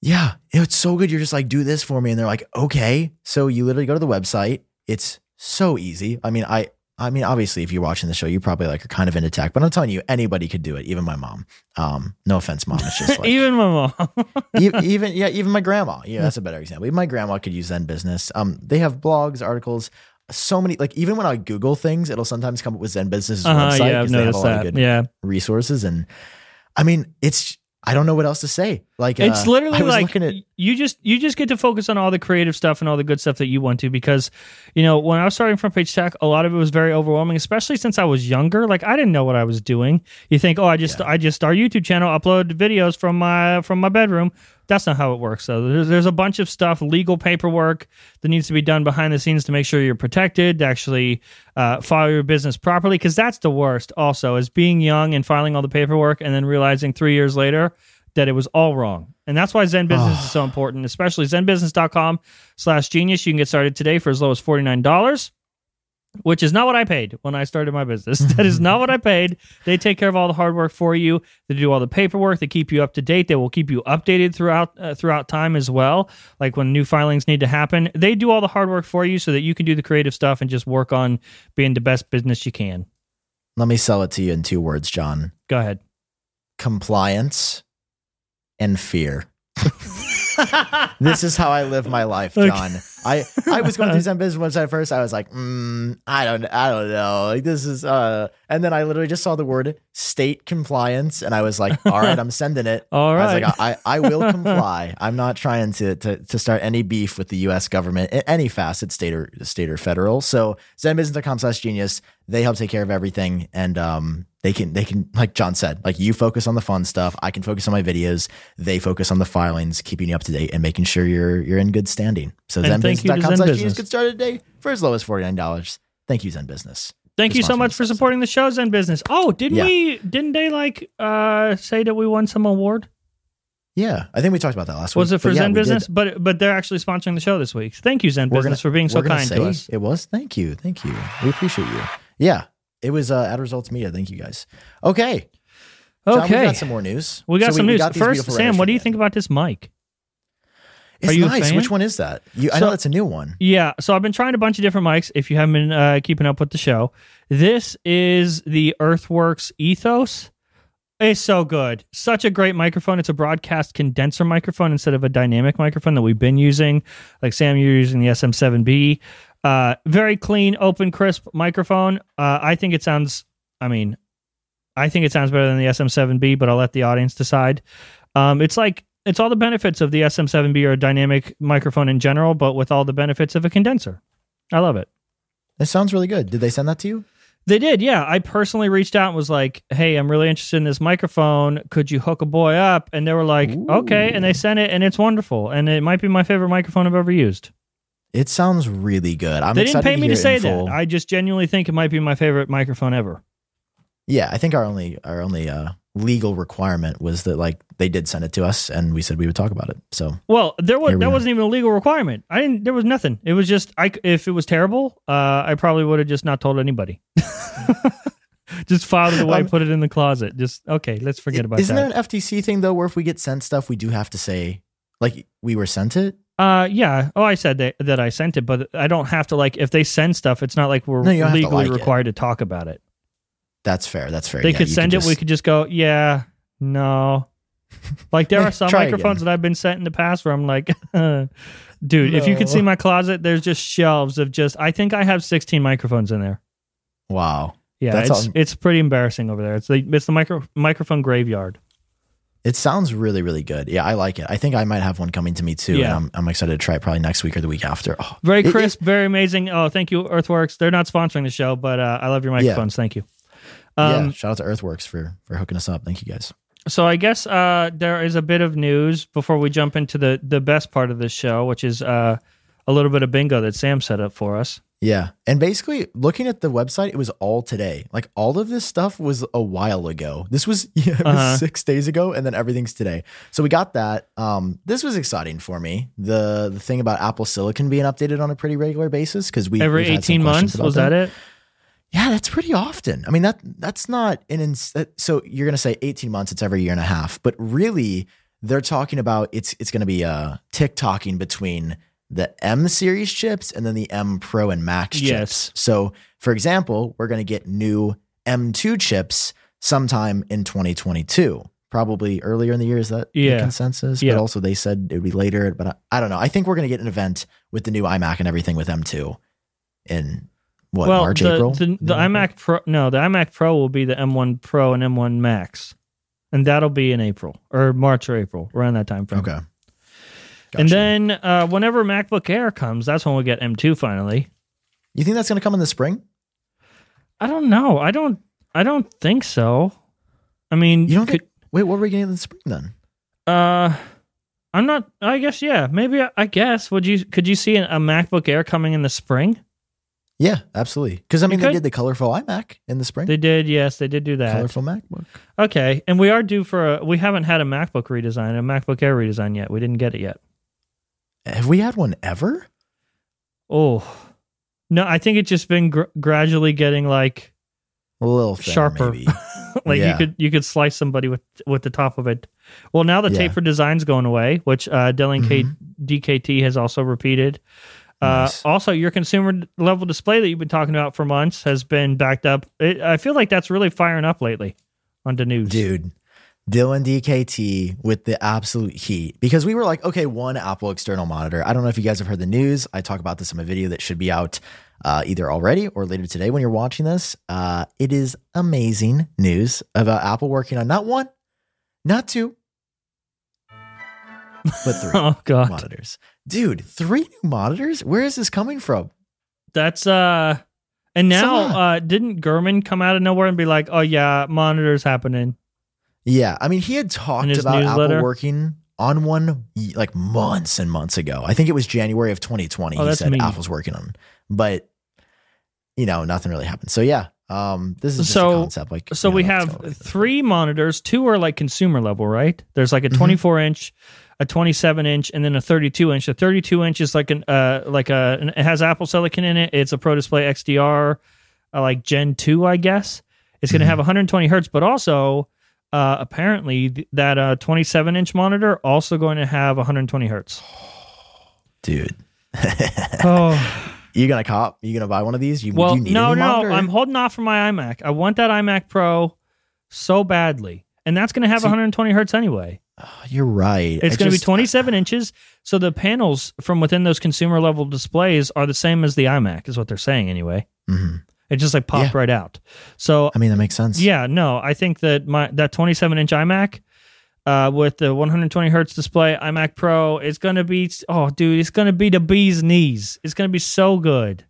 Speaker 1: Yeah, it's so good. You're just like, do this for me, and they're like, okay. So you literally go to the website. It's so easy. I mean, I, I mean, obviously, if you're watching the show, you probably like are kind of into tech, but I'm telling you, anybody could do it. Even my mom. Um, no offense, mom. It's just like even,
Speaker 2: Even my mom.
Speaker 1: even yeah, even my grandma. Yeah, that's a better example. Even my grandma could use Zen Business. Um, they have blogs, articles. So many, like even when I Google things, it'll sometimes come up with Zen Business's
Speaker 2: Uh-huh,
Speaker 1: website
Speaker 2: yeah, I've
Speaker 1: they have a
Speaker 2: noticed
Speaker 1: lot of
Speaker 2: that.
Speaker 1: good
Speaker 2: Yeah.
Speaker 1: resources. And I mean, it's I don't know what else to say. Like
Speaker 2: it's
Speaker 1: uh,
Speaker 2: literally
Speaker 1: I was
Speaker 2: like
Speaker 1: looking at,
Speaker 2: you just you just get to focus on all the creative stuff and all the good stuff that you want to because you know when I was starting front page tech a lot of it was very overwhelming especially since I was younger like I didn't know what I was doing you think oh I just I just start a YouTube channel upload videos from my from my bedroom that's not how it works though there's, there's a bunch of stuff legal paperwork that needs to be done behind the scenes to make sure you're protected to actually uh, file your business properly because that's the worst also is being young and filing all the paperwork and then realizing three years later that it was all wrong. And that's why Zen Business is so important, especially zenbusiness.com slash genius. You can get started today for as low as $49, which is not what I paid when I started my business. that is not what I paid. They take care of all the hard work for you. They do all the paperwork. They keep you up to date. They will keep you updated throughout uh, throughout time as well, like when new filings need to happen. They do all the hard work for you so that you can do the creative stuff and just work on being the best business you can.
Speaker 1: Let me sell it to you in two words, John
Speaker 2: Go ahead.
Speaker 1: compliance and fear. this is how I live my life, John. I, I was going through some business website at first. I was like, mm, I don't, I don't know. Like this is, uh, and then I literally just saw the word state compliance, and I was like, all right, I'm sending it.
Speaker 2: All
Speaker 1: I was
Speaker 2: right.
Speaker 1: like, I, I I will comply. I'm not trying to, to to start any beef with the U.S. government in any facet, state or state or federal. So zenbusiness.com/genius. They help take care of everything, and um, they can they can like John said, like you focus on the fun stuff. I can focus on my videos. They focus on the filings, keeping you up to date and making sure you're you're in good standing. So
Speaker 2: And thank you to Zen
Speaker 1: zenbusiness.com/genius
Speaker 2: Business.
Speaker 1: get started today for as low as forty nine dollars. Thank you, Zen Business.
Speaker 2: Thank you so
Speaker 1: Responsible
Speaker 2: much for
Speaker 1: citizen.
Speaker 2: supporting the shows and business. Oh, didn't
Speaker 1: Yeah.
Speaker 2: we? Didn't they like uh, say that we won some award?
Speaker 1: Yeah, I think we talked about that last week.
Speaker 2: Was it
Speaker 1: but
Speaker 2: for
Speaker 1: yeah,
Speaker 2: Zen
Speaker 1: we did.
Speaker 2: Business? But but they're actually sponsoring the show this week. Thank you, Zen
Speaker 1: We're
Speaker 2: Business,
Speaker 1: gonna-
Speaker 2: for being so
Speaker 1: we're gonna
Speaker 2: kind
Speaker 1: say
Speaker 2: to us.
Speaker 1: It was. Thank you. Thank you. We appreciate you. Yeah. It was uh, at Results Media. Thank you guys. Okay. John, we
Speaker 2: Okay,
Speaker 1: got some more news.
Speaker 2: we got
Speaker 1: So
Speaker 2: some news.
Speaker 1: got these
Speaker 2: First,
Speaker 1: beautiful
Speaker 2: Sam, what do you
Speaker 1: renders
Speaker 2: think about this mic?
Speaker 1: from
Speaker 2: Are
Speaker 1: It's
Speaker 2: you a
Speaker 1: nice.
Speaker 2: fan?
Speaker 1: Which one is that? You, I
Speaker 2: So-
Speaker 1: know that's a new one.
Speaker 2: Yeah, so I've been trying a bunch of different mics. If you haven't been uh, keeping up with the show, this is the Earthworks Ethos. It's so good. Such a great microphone. It's a broadcast condenser microphone instead of a dynamic microphone that we've been using. Like Sam, you're using the SM7B. Uh, very clean, open, crisp microphone. Uh, I think it sounds. I mean, I think it sounds better than the SM7B, but I'll let the audience decide. Um, it's like it's all the benefits of the SM7B or a dynamic microphone in general, but with all the benefits of a condenser. I love it.
Speaker 1: That sounds really good. Did they send that to you?
Speaker 2: They did, yeah. I personally reached out and was like, "Hey, I'm really interested in this microphone. Could you hook a boy up?" And they were like,
Speaker 1: Ooh.
Speaker 2: "Okay." And they sent it, and it's wonderful, and it might be my favorite microphone I've ever used.
Speaker 1: It sounds really good. I'm
Speaker 2: they didn't
Speaker 1: excited
Speaker 2: pay me
Speaker 1: hear
Speaker 2: to
Speaker 1: it
Speaker 2: say
Speaker 1: in
Speaker 2: that.
Speaker 1: full.
Speaker 2: I just genuinely think it might be my favorite microphone ever.
Speaker 1: yeah, I think our only our only uh, legal requirement was that like they did send it to us and we said we would talk about it. So
Speaker 2: Well, there was
Speaker 1: Here we
Speaker 2: that
Speaker 1: are.
Speaker 2: wasn't even a legal requirement. I didn't. There was nothing. It was just I. c- If it was terrible, uh, I probably would have just not told anybody. just filed it away,
Speaker 1: Um,
Speaker 2: put it in the closet. Just okay. Let's forget about
Speaker 1: isn't
Speaker 2: that.
Speaker 1: there an FTC thing though where if we get sent stuff we do have to say like we were sent it?
Speaker 2: Uh, yeah. Oh, I said that, that I sent it, but I don't have to like if they send stuff. It's not like we're
Speaker 1: No, you don't have to
Speaker 2: legally
Speaker 1: like it.
Speaker 2: required to talk about it.
Speaker 1: That's fair. That's fair.
Speaker 2: They
Speaker 1: Yeah,
Speaker 2: could
Speaker 1: you
Speaker 2: send it.
Speaker 1: just-
Speaker 2: We could just go. Yeah. No. Like there are some
Speaker 1: Try
Speaker 2: microphones that I've been sent in the past where I'm like, dude, if you could
Speaker 1: No.
Speaker 2: see my closet, there's just shelves of just. I think I have 16 microphones in there.
Speaker 1: Wow.
Speaker 2: Yeah,
Speaker 1: That's
Speaker 2: it's
Speaker 1: all-
Speaker 2: it's pretty embarrassing over there. It's the it's the micro microphone graveyard.
Speaker 1: It sounds really, really good. Yeah, I like it. I think I might have one coming to me too. And
Speaker 2: Yeah.
Speaker 1: I'm, I'm excited to try it probably next week or the week after. Oh,
Speaker 2: Very
Speaker 1: It- it-
Speaker 2: crisp, very amazing. Oh, thank you, Earthworks. They're not sponsoring the show, but uh, I love your
Speaker 1: Yeah.
Speaker 2: microphones. Thank you.
Speaker 1: yeah.
Speaker 2: Um,
Speaker 1: Shout out to Earthworks for for hooking us up. Thank you guys.
Speaker 2: So I guess uh, there is a bit of news before we jump into the the best part of this show, which is uh, a little bit of bingo that Sam set up for us.
Speaker 1: Yeah. And basically looking at the website, it was all today. Like all of this stuff was a while ago. This was, yeah, it was
Speaker 2: Uh-huh.
Speaker 1: six days ago and then everything's today. So we got that. Um, this was exciting for me. The the thing about Apple Silicon being updated on a pretty regular basis because we
Speaker 2: Every
Speaker 1: we've had some
Speaker 2: eighteen
Speaker 1: questions
Speaker 2: months
Speaker 1: about
Speaker 2: was that it?
Speaker 1: Yeah, that's pretty often. I mean that that's not an ins- that, so you're going to say 18 months it's every year and a half, but really they're talking about it's it's going to be uh tick tocking between the M series chips and then the M Pro and Max
Speaker 2: Yes.
Speaker 1: chips. So, for example, we're going to get new M2 chips sometime in 2022. Probably earlier in the year is that the
Speaker 2: Yeah.
Speaker 1: consensus,
Speaker 2: Yeah.
Speaker 1: but also they said it would be later, but I, I don't know. I think we're going to get an event with the new iMac and everything with M2 in what
Speaker 2: well,
Speaker 1: March,
Speaker 2: the,
Speaker 1: April?
Speaker 2: the, the
Speaker 1: Yeah.
Speaker 2: iMac Pro, no, the iMac Pro will be the M1 Pro and M1 Max, and that'll be in April or March or April around that time frame.
Speaker 1: Okay.
Speaker 2: And
Speaker 1: Gotcha.
Speaker 2: then uh, whenever MacBook Air comes, that's when we get M2 finally.
Speaker 1: you think that's going to come in the spring?
Speaker 2: I don't know. I don't. I don't think so. I mean,
Speaker 1: You don't
Speaker 2: could-
Speaker 1: think? Wait, what are we getting in the spring then?
Speaker 2: Uh, I'm not. I guess yeah. Maybe I, I guess. Would you? Could you see an, a MacBook Air coming in the spring?
Speaker 1: Yeah, absolutely. Because I mean,
Speaker 2: You
Speaker 1: they
Speaker 2: could-
Speaker 1: did the colorful iMac in the spring.
Speaker 2: They did. Yes, they did do that.
Speaker 1: colorful MacBook.
Speaker 2: Okay, and we are due for a. We haven't had a MacBook redesign, a MacBook Air redesign yet. We didn't get it yet.
Speaker 1: Have we had one ever?
Speaker 2: Oh, no. I think it's just been gr- gradually getting like
Speaker 1: A little thinner,
Speaker 2: Sharper.
Speaker 1: Maybe.
Speaker 2: like you
Speaker 1: Yeah.
Speaker 2: could you could slice somebody with with the top of it. Well, now the
Speaker 1: Yeah.
Speaker 2: taper design's going away, which uh, Dylan K-
Speaker 1: Mhm.
Speaker 2: DKT has also repeated. Uh,
Speaker 1: Nice.
Speaker 2: Also, your consumer d- level display that you've been talking about for months has been backed up. It, I feel like that's really firing up lately on the news.
Speaker 1: Dude, Dylan DKT with the absolute heat because we were like, okay, one Apple external monitor. I don't know if you guys have heard the news. I talk about this in my video that should be out uh, either already or later today when you're watching this. Uh, it is amazing news about Apple working on not one, not two, but three
Speaker 2: Oh god,
Speaker 1: monitors. Dude, three new monitors? Where is this coming from?
Speaker 2: that's uh. And
Speaker 1: It's a
Speaker 2: now,
Speaker 1: lot.
Speaker 2: uh, didn't Gurman come out of nowhere and be like, "Oh yeah, monitors happening"?
Speaker 1: Yeah, I mean, he had talked
Speaker 2: his
Speaker 1: about
Speaker 2: newsletter?
Speaker 1: Apple working on one y- like months and months ago. I think it was January of 2020.
Speaker 2: Oh,
Speaker 1: he
Speaker 2: that's
Speaker 1: said
Speaker 2: mean.
Speaker 1: Apple's working on, 'em. but you know, nothing really happened. So yeah, um, this is just
Speaker 2: So-
Speaker 1: a concept. Like,
Speaker 2: So
Speaker 1: you know,
Speaker 2: we
Speaker 1: let's
Speaker 2: have
Speaker 1: go with it.
Speaker 2: three monitors. Two are like consumer level, right? There's like a
Speaker 1: Mhm.
Speaker 2: 24 inch, a 27 inch, and then a 32 inch. The 32 inch is like an uh like a an- it has Apple Silicon in it. It's a Pro Display XDR, uh, like Gen 2, I guess. It's going to
Speaker 1: Mhm.
Speaker 2: have 120 hertz, but also uh apparently th- that uh 27 inch monitor also going to have 120 hertz.
Speaker 1: dude.
Speaker 2: Oh
Speaker 1: You gonna cop? You gonna buy one of these? You
Speaker 2: well,
Speaker 1: you need
Speaker 2: no,
Speaker 1: a new
Speaker 2: no,
Speaker 1: monitor?
Speaker 2: I'm holding off for my iMac. I want that iMac Pro so badly, and that's going to have
Speaker 1: See-
Speaker 2: 120 hertz anyway.
Speaker 1: Oh, You're right. I
Speaker 2: It's going to be
Speaker 1: just-
Speaker 2: 27 inches. So the panels from within those consumer level displays are the same as the iMac, is what they're saying anyway.
Speaker 1: Mhm.
Speaker 2: It just like popped right out. So
Speaker 1: I mean, that makes sense.
Speaker 2: yeah, no, I think that my that 27 inch iMac uh, with the 120 hertz display iMac Pro is going to be oh dude, it's going to be the bee's knees. It's going to be so good.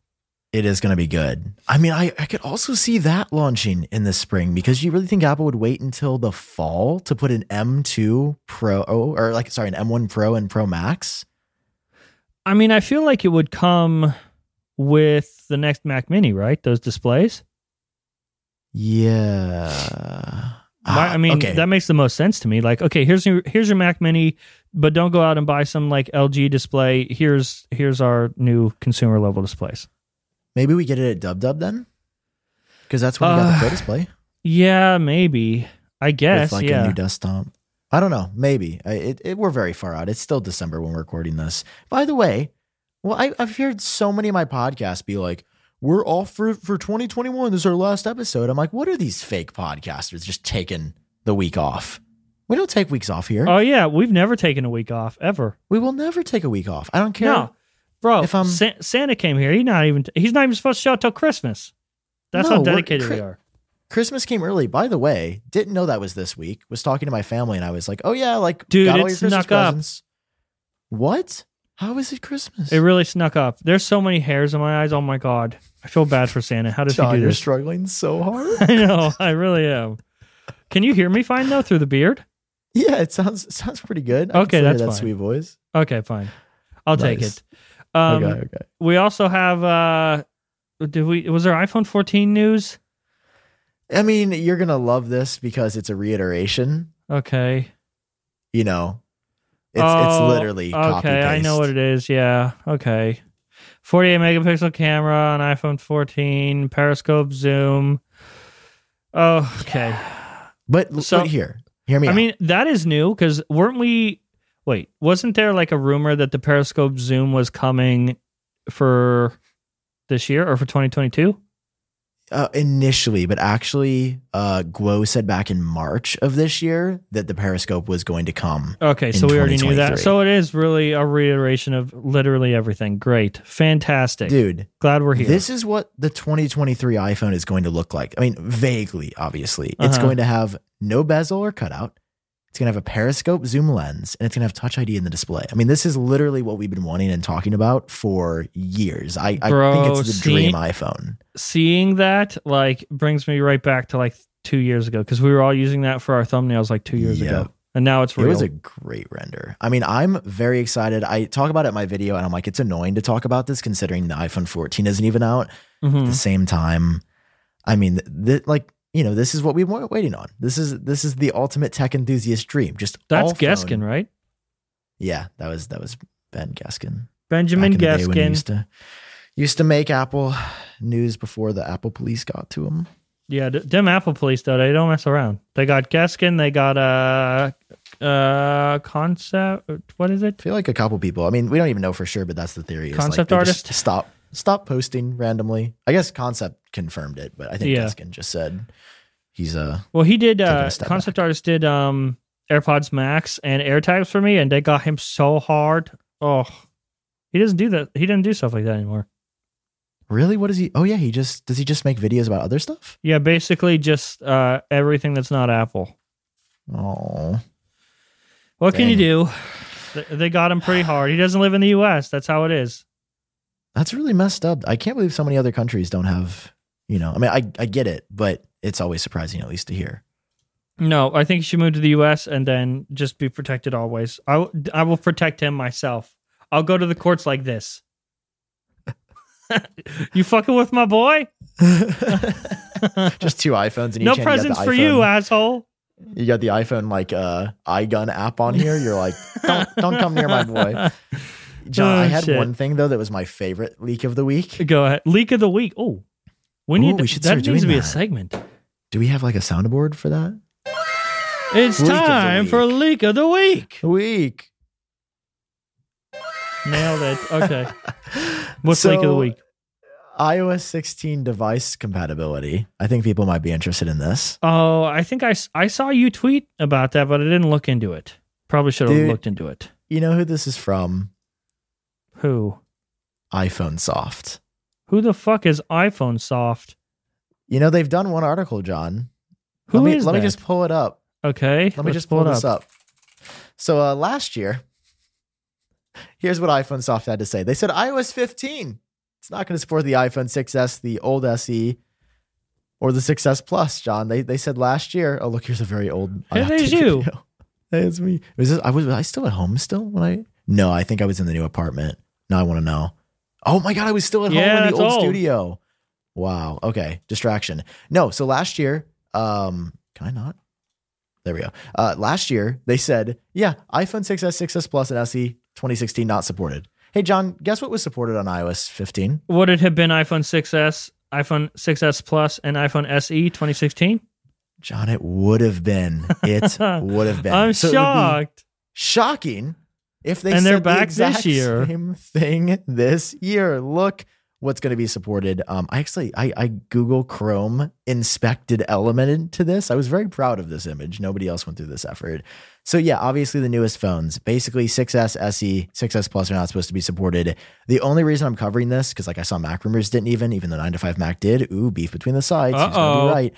Speaker 1: it is going to be good. I mean, I, I could also see that launching in the spring because you really think Apple would wait until the fall to put an M2 Pro or like, sorry, an M1 Pro and Pro Max?
Speaker 2: I mean, I feel like it would come with the next Mac Mini, right? Those displays.
Speaker 1: Yeah.
Speaker 2: Why,
Speaker 1: Ah,
Speaker 2: I mean,
Speaker 1: okay.
Speaker 2: that makes the most sense to me. Like, okay, here's your here's your Mac Mini, but don't go out and buy some like LG display. Here's here's our new consumer level displays.
Speaker 1: Maybe we get it at Dub Dub then? Because that's when we got
Speaker 2: Uh,
Speaker 1: the Pro display
Speaker 2: Yeah, maybe. I guess.
Speaker 1: with like a
Speaker 2: yeah.
Speaker 1: new desktop. I don't know. Maybe. I, it, it, we're very far out. It's still December when we're recording this. By the way, well, I, I've heard so many of my podcasts be like, we're off for, for 2021. This is our last episode. I'm like, what are these fake podcasters just taking the week off? We don't take weeks off here.
Speaker 2: oh yeah, we've never taken a week off ever.
Speaker 1: we will never take a week off. I don't care.
Speaker 2: No, bro.
Speaker 1: If I'm-
Speaker 2: Sa- Santa came here. He's not even. He's not even supposed to show up till Christmas. That's
Speaker 1: No,
Speaker 2: how
Speaker 1: we're-
Speaker 2: dedicated we
Speaker 1: Chri-
Speaker 2: are.
Speaker 1: Christmas came early. By the way, didn't know that was this week. Was talking to my family and I was like, oh yeah, like,
Speaker 2: Dude,
Speaker 1: got all
Speaker 2: it
Speaker 1: your Christmas
Speaker 2: snuck up.
Speaker 1: presents. What? How is it Christmas?
Speaker 2: It really snuck up. There's so many hairs in my eyes. Oh my god, I feel bad for Santa. How does
Speaker 1: John,
Speaker 2: he do
Speaker 1: you're
Speaker 2: this?
Speaker 1: struggling so hard.
Speaker 2: I know. I really am. Can you hear me fine though through the beard?
Speaker 1: Yeah, it sounds it sounds pretty good. I can
Speaker 2: Okay,
Speaker 1: still hear
Speaker 2: that's
Speaker 1: that
Speaker 2: fine.
Speaker 1: sweet voice.
Speaker 2: Okay, fine. I'll take
Speaker 1: Nice.
Speaker 2: it. Um,
Speaker 1: okay, okay.
Speaker 2: We also have. Uh, did we? Was there iPhone 14 news?
Speaker 1: I mean, you're gonna love this because it's a reiteration.
Speaker 2: Okay.
Speaker 1: You know, it's
Speaker 2: Oh,
Speaker 1: it's literally
Speaker 2: Okay,
Speaker 1: copy paste.
Speaker 2: I know what it is. Yeah. Okay. 48 megapixel camera on iPhone 14, periscope zoom. Oh, okay.
Speaker 1: But l-
Speaker 2: So-
Speaker 1: look here, hear me.
Speaker 2: I
Speaker 1: out.
Speaker 2: mean, that is new because weren't we? Wait, wasn't there like a rumor that the periscope zoom was coming for this year or for 2022?
Speaker 1: uh, initially, but actually, uh, Guo said back in March of this year that the Periscope was going to come.
Speaker 2: Okay,
Speaker 1: in
Speaker 2: so we already knew that.
Speaker 1: 2023.
Speaker 2: So it is really a reiteration of literally everything. Great. Fantastic.
Speaker 1: Dude,
Speaker 2: Glad we're here.
Speaker 1: This is what the 2023 iPhone is going to look like. I mean, vaguely, obviously. It's
Speaker 2: Uh-huh.
Speaker 1: going to have no bezel or cutout. It's going to have a periscope zoom lens and it's going to have touch ID in the display. I mean, this is literally what we've been wanting and talking about for years. I, I
Speaker 2: Bro,
Speaker 1: think it's the
Speaker 2: see?
Speaker 1: dream iPhone.
Speaker 2: Seeing that like brings me right back to like 2 years ago cuz we were all using that for our thumbnails like 2 years
Speaker 1: Yep.
Speaker 2: ago. And now it's
Speaker 1: It
Speaker 2: real.
Speaker 1: was a great render. I mean, I'm very excited. I talk about it in my video and I'm like, it's annoying to talk about this considering the iPhone 14 isn't even out.
Speaker 2: Mhm.
Speaker 1: At the same time, I mean, th- like you know, this is what we were waiting on. This is this is the ultimate tech enthusiast dream. Just
Speaker 2: That's
Speaker 1: all phone.
Speaker 2: Geskin, right?
Speaker 1: Yeah, that was that was Ben Gaskin.
Speaker 2: Benjamin
Speaker 1: he
Speaker 2: Geskin.
Speaker 1: used to used to make Apple news before the Apple police got to him.
Speaker 2: Yeah, d- them Apple police though, they don't mess around. They got Geskin, they got uh uh concept what is
Speaker 1: I
Speaker 2: it?
Speaker 1: feel like a couple people. I mean, we don't even know for sure, but that's the theory. is, like,
Speaker 2: Concept
Speaker 1: they just
Speaker 2: artist?
Speaker 1: Stop stop posting randomly. I guess concept confirmed it, but I think
Speaker 2: Yeah.
Speaker 1: Gaskin just said. he's uh
Speaker 2: Well, he did.
Speaker 1: Taking a
Speaker 2: Uh,
Speaker 1: step
Speaker 2: concept artist did um, AirPods Max and AirTags for me, and they got him so hard. Oh, he doesn't do that. He doesn't do stuff like that anymore.
Speaker 1: really what is he? Oh yeah, he just does he just make videos about other stuff?
Speaker 2: Yeah, basically just uh, everything that's not Apple.
Speaker 1: Oh,
Speaker 2: What can you
Speaker 1: Dang.
Speaker 2: do? Th- They got him pretty hard. He doesn't live in the U.S. That's how it is.
Speaker 1: that's really messed up. I can't believe so many other countries don't have you know. I mean, I I get it, but it's always surprising at least to hear.
Speaker 2: No, I think he should move to the U.S. and then just be protected always. I, w- I will protect him myself. I'll go to the courts like this. you fucking with my boy?
Speaker 1: just two iPhones and
Speaker 2: no
Speaker 1: each hand you got
Speaker 2: presents
Speaker 1: the
Speaker 2: for
Speaker 1: iPhone-
Speaker 2: you, uh. asshole.
Speaker 1: You got the iPhone like uh iGun app on here. You're like, don't don't come near my boy. John,
Speaker 2: Oh,
Speaker 1: I had
Speaker 2: shit.
Speaker 1: one thing though that was my favorite leak of the week.
Speaker 2: Go ahead. Leak of the week. Oh, we
Speaker 1: Ooh,
Speaker 2: need
Speaker 1: we should
Speaker 2: that
Speaker 1: start
Speaker 2: needs
Speaker 1: doing
Speaker 2: to be a
Speaker 1: that.
Speaker 2: segment.
Speaker 1: Do we have like a soundboard for that?
Speaker 2: It's
Speaker 1: Leak of the
Speaker 2: time for
Speaker 1: week.
Speaker 2: leak of the week.
Speaker 1: Week.
Speaker 2: Nailed it. Okay. What's leak of the
Speaker 1: So,
Speaker 2: week?
Speaker 1: iOS 16 device compatibility. I think people might be interested in this.
Speaker 2: Oh, I think I, s- I saw you tweet about that, but I didn't look into it. Probably should have
Speaker 1: Dude.
Speaker 2: looked into it.
Speaker 1: You know who this is from?
Speaker 2: Who?
Speaker 1: iPhone Soft.
Speaker 2: Who the fuck is iPhone soft?
Speaker 1: You know they've done one article, John.
Speaker 2: Who
Speaker 1: let
Speaker 2: is
Speaker 1: me, let me
Speaker 2: that?
Speaker 1: just pull it up.
Speaker 2: okay.
Speaker 1: Let me
Speaker 2: let's
Speaker 1: just pull this up. So uh, last year, here's what iPhone Soft had to say. They said iOS 15. It's not going to support the iPhone 6s, the old SE, or the 6s Plus. John, they they said last year. Oh look, here's a very old.
Speaker 2: Hey,
Speaker 1: iOptic
Speaker 2: there's you.
Speaker 1: video. Hey, it's me. Was this, I was, was I still at home still when I? No, I think I was in the new apartment. Now I want to know. Oh my god, I was still at
Speaker 2: Yeah,
Speaker 1: home in
Speaker 2: that's
Speaker 1: the old
Speaker 2: old.
Speaker 1: studio. Wow. Okay. Distraction. No. So last year, um, can I not? There we go. Uh, last year they said, yeah, iPhone 6s, 6s Plus, and SE 2016 not supported. Hey John, guess what was supported on iOS 15?
Speaker 2: Would it have been iPhone 6S, iPhone 6S Plus, and iPhone E SE 2016?
Speaker 1: John, it would have been. It would have been.
Speaker 2: I'm
Speaker 1: So it would be
Speaker 2: shocked.
Speaker 1: shocking if they
Speaker 2: And
Speaker 1: said
Speaker 2: they're
Speaker 1: the
Speaker 2: back this
Speaker 1: exact
Speaker 2: year.
Speaker 1: same thing this year. Look what's going to be supported. Um, I actually I, I Google Chrome inspected element to this. I was very proud of this image. Nobody else went through this effort. So yeah, obviously the newest phones, basically 6S SE, 6S E, Plus are not supposed to be supported. The only reason I'm covering this because like I saw Mac rumors didn't even, even though 9 to 5 Mac did. Ooh, beef between the sides. Who's gonna
Speaker 2: Uh-oh.
Speaker 1: be right?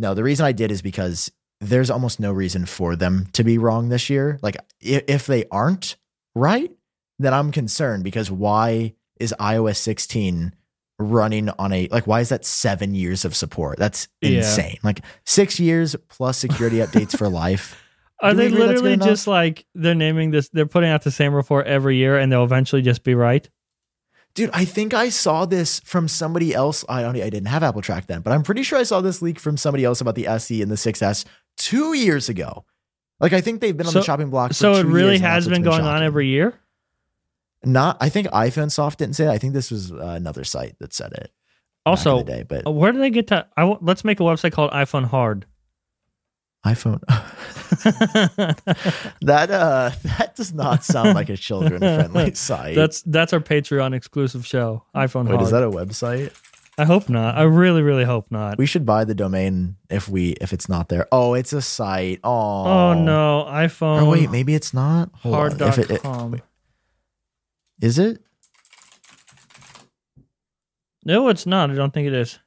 Speaker 1: No, the reason I did is because there's almost no reason for them to be wrong this year. Like i- if they aren't right, then I'm concerned because why is iOS 16 running on a like why is that 7 years of support? That's
Speaker 2: Yeah.
Speaker 1: insane. Like 6 years plus security updates for life.
Speaker 2: Are
Speaker 1: Do we
Speaker 2: they
Speaker 1: agree that's
Speaker 2: literally
Speaker 1: good enough?
Speaker 2: just like they're naming this? They're putting out the same report every year, and they'll eventually just be right.
Speaker 1: Dude, I think I saw this from somebody else. I don't I didn't have Apple Track then, but I'm pretty sure I saw this leak from somebody else about the SE and the 6S 2 years ago. Like I think they've been on
Speaker 2: So-
Speaker 1: the chopping block for
Speaker 2: So it
Speaker 1: two
Speaker 2: really
Speaker 1: years, and
Speaker 2: has
Speaker 1: that's what's
Speaker 2: been going on
Speaker 1: shocking.
Speaker 2: every year.
Speaker 1: Not, I think iPhone Soft didn't say that. I think this was uh, another site that said it. back in
Speaker 2: Also,
Speaker 1: the day, but
Speaker 2: uh, where do they get that? I w- let's make a website called iPhone Hard.
Speaker 1: iPhone that uh that does not sound like a children friendly site.
Speaker 2: that's that's our Patreon exclusive show. iPhone
Speaker 1: Wait,
Speaker 2: Hard.
Speaker 1: is that a website?
Speaker 2: I hope not. I really, really hope not.
Speaker 1: We should buy the domain if we if it's not there. Oh, it's a site. Oh,
Speaker 2: oh no, iPhone.
Speaker 1: Or wait, maybe it's not. Hold on. If it- it-
Speaker 2: hard.com.
Speaker 1: wait, is it?
Speaker 2: No, it's not. I don't think it is.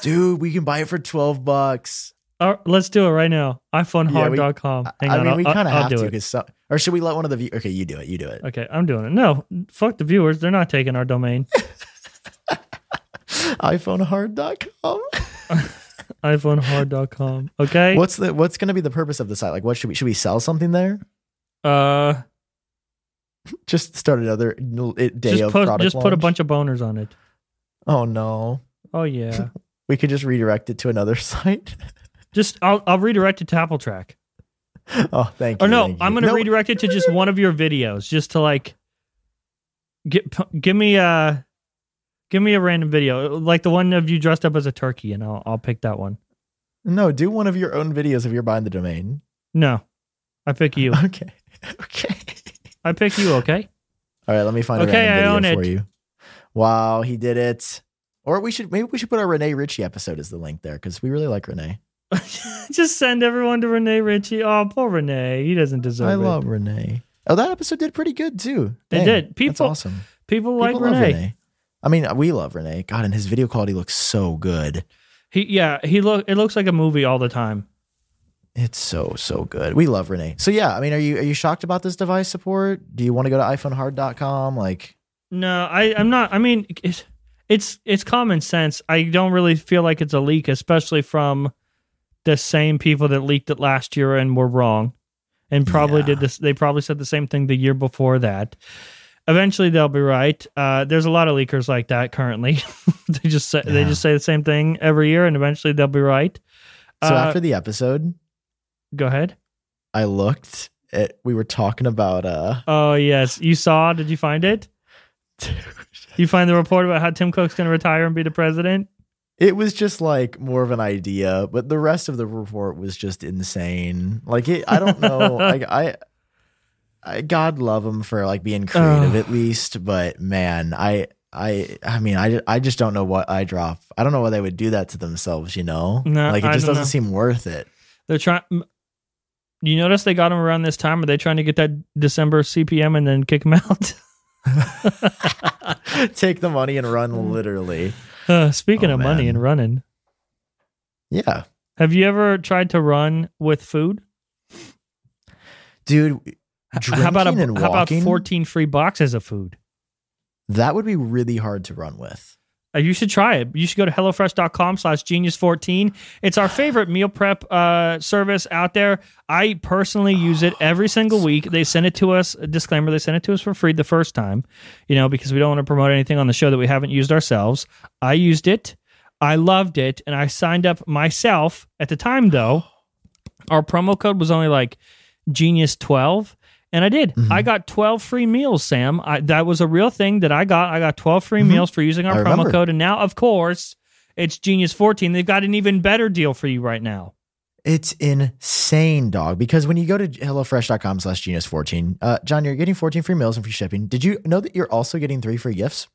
Speaker 1: Dude, we can buy it for 12 bucks.
Speaker 2: All right, let's do it right now.
Speaker 1: Yeah, we-
Speaker 2: iPhoneHard.com. Hang
Speaker 1: I
Speaker 2: on,
Speaker 1: mean,
Speaker 2: I'll,
Speaker 1: we kind of
Speaker 2: I'll,
Speaker 1: have
Speaker 2: I'll
Speaker 1: to
Speaker 2: do it.
Speaker 1: because some, or should we let one of the view? Okay, you do it. You do it.
Speaker 2: Okay, I'm doing it. No, fuck the viewers. They're not taking our domain.
Speaker 1: iPhoneHard.com.
Speaker 2: iPhoneHard.com. Okay.
Speaker 1: What's the what's going to be the purpose of the site? Like, what should we should we sell something there?
Speaker 2: Uh,
Speaker 1: Just start another n- it- day
Speaker 2: just
Speaker 1: of
Speaker 2: put
Speaker 1: product
Speaker 2: just put a
Speaker 1: launch?
Speaker 2: bunch of boners on it.
Speaker 1: Oh no,
Speaker 2: Oh yeah.
Speaker 1: we could just redirect it to another site.
Speaker 2: just I'll I'll redirect it to Apple Track.
Speaker 1: oh, thank you.
Speaker 2: Or no,
Speaker 1: thank you.
Speaker 2: I'm gonna redirect it to just one of your videos, just to like get p- give me a give me a random video, like the one of you dressed up as a turkey, and I'll I'll pick that one.
Speaker 1: No, do one of your own videos if you're buying the domain.
Speaker 2: No, I pick you.
Speaker 1: Okay, okay.
Speaker 2: I pick you. Okay.
Speaker 1: All right, let me find
Speaker 2: Okay,
Speaker 1: a
Speaker 2: I
Speaker 1: random
Speaker 2: own
Speaker 1: video
Speaker 2: it.
Speaker 1: for you. Wow, he did it. Or we should maybe we should put our Renee Ritchie episode as the link there because we really like Renee.
Speaker 2: Just send everyone to Renee Ritchie. Oh, poor Renee. He doesn't deserve
Speaker 1: I
Speaker 2: it.
Speaker 1: love Renee. Oh, that episode did pretty good too.
Speaker 2: It
Speaker 1: Dang,
Speaker 2: did.
Speaker 1: that's
Speaker 2: People-
Speaker 1: awesome.
Speaker 2: People like
Speaker 1: People love
Speaker 2: Renee.
Speaker 1: I mean, we love Renee. God, and his video quality looks so good.
Speaker 2: He yeah, he look it looks like a movie all the time.
Speaker 1: It's so so good. We love Renee. So yeah, I mean, are you are you shocked about this device support? Do you want to go to iPhoneHard.com? Like,
Speaker 2: No, I I'm not I mean it's it's it's common sense. I don't really feel like it's a leak especially from the same people that leaked it last year and were wrong and probably
Speaker 1: Yeah.
Speaker 2: did this they probably said the same thing the year before that. Eventually they'll be right. Uh, there's a lot of leakers like that currently. they just say, they
Speaker 1: Yeah.
Speaker 2: just say the same thing every year and eventually they'll be right.
Speaker 1: so
Speaker 2: Uh,
Speaker 1: after the episode,
Speaker 2: go ahead.
Speaker 1: I looked. At, we were talking about uh,
Speaker 2: Oh yes, you saw. Did you find it? You find the report about how Tim Cook's going to retire and be the president?
Speaker 1: it was just like more of an idea, but the rest of the report was just insane. Like, it, I don't know. like, I, I, God love him for like being creative
Speaker 2: Ugh.
Speaker 1: at least, but man, I. I I mean I, I just don't know what I drop. I don't know why they would do that to themselves, you know?
Speaker 2: No,
Speaker 1: like it
Speaker 2: I
Speaker 1: just
Speaker 2: don't
Speaker 1: doesn't
Speaker 2: know.
Speaker 1: seem worth it.
Speaker 2: They're trying. You notice they got him around this time. Are they trying to get that December CPM and then kick him out?
Speaker 1: Take the money and
Speaker 2: Mm.
Speaker 1: run literally.
Speaker 2: Uh, speaking
Speaker 1: Oh,
Speaker 2: of money
Speaker 1: man.
Speaker 2: and running,
Speaker 1: Yeah.
Speaker 2: have you ever tried to run with food?
Speaker 1: Dude,
Speaker 2: H- how about a,
Speaker 1: Drinking and
Speaker 2: how about
Speaker 1: walking?
Speaker 2: fourteen free boxes of food?
Speaker 1: that would be really hard to run with.
Speaker 2: Uh, you should try it. You should go to HelloFresh.com slash genius14. It's our favorite meal prep uh, service out there. I personally use it every single week. They send it to us, a disclaimer, they send it to us for free the first time, you know, because we don't want to promote anything on the show that we haven't used ourselves. I used it. I loved it. And I signed up myself at the time, though. Our promo code was only like genius 12 and i did i got 12 free meals sam I, that was a real thing that i got i got 12 free meals for using
Speaker 1: I
Speaker 2: our promo
Speaker 1: remember.
Speaker 2: code and now of course it's genius 14 they've got an even better deal for you right now
Speaker 1: It's insane, dog. Because when you go to HelloFresh.com slash genius 14, uh, John, you're getting 14 free meals and free shipping. Did you know that you're also getting three free gifts?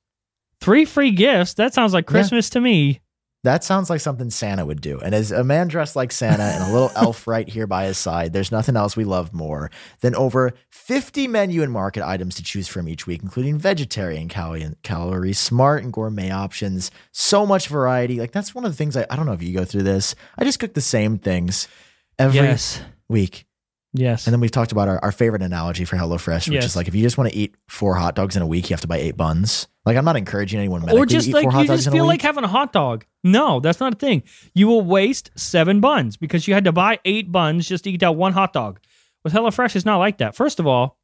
Speaker 2: three free gifts that sounds like christmas to me
Speaker 1: That sounds like something Santa would do. And as a man dressed like Santa and a little elf right here by his side, there's nothing else we love more than over 50 menu and market items to choose from each week, including vegetarian, calorie, calorie smart, and gourmet options. So much variety. Like, that's one of the things I, I don't know if you go through this. I just cook the same things every
Speaker 2: yes
Speaker 1: week.
Speaker 2: yes
Speaker 1: And then we've talked about our, our favorite analogy for HelloFresh, which
Speaker 2: Yes.
Speaker 1: is like if you just want to eat four hot dogs in a week, you have to buy eight buns. Like I'm not encouraging anyone medically
Speaker 2: or just
Speaker 1: to eat
Speaker 2: like
Speaker 1: four hot
Speaker 2: you
Speaker 1: dogs
Speaker 2: just
Speaker 1: in a
Speaker 2: feel like
Speaker 1: week.
Speaker 2: having a hot dog no that's not a thing you will waste seven buns because you had to buy eight buns just to eat that one hot dog with HelloFresh it's not like that first of all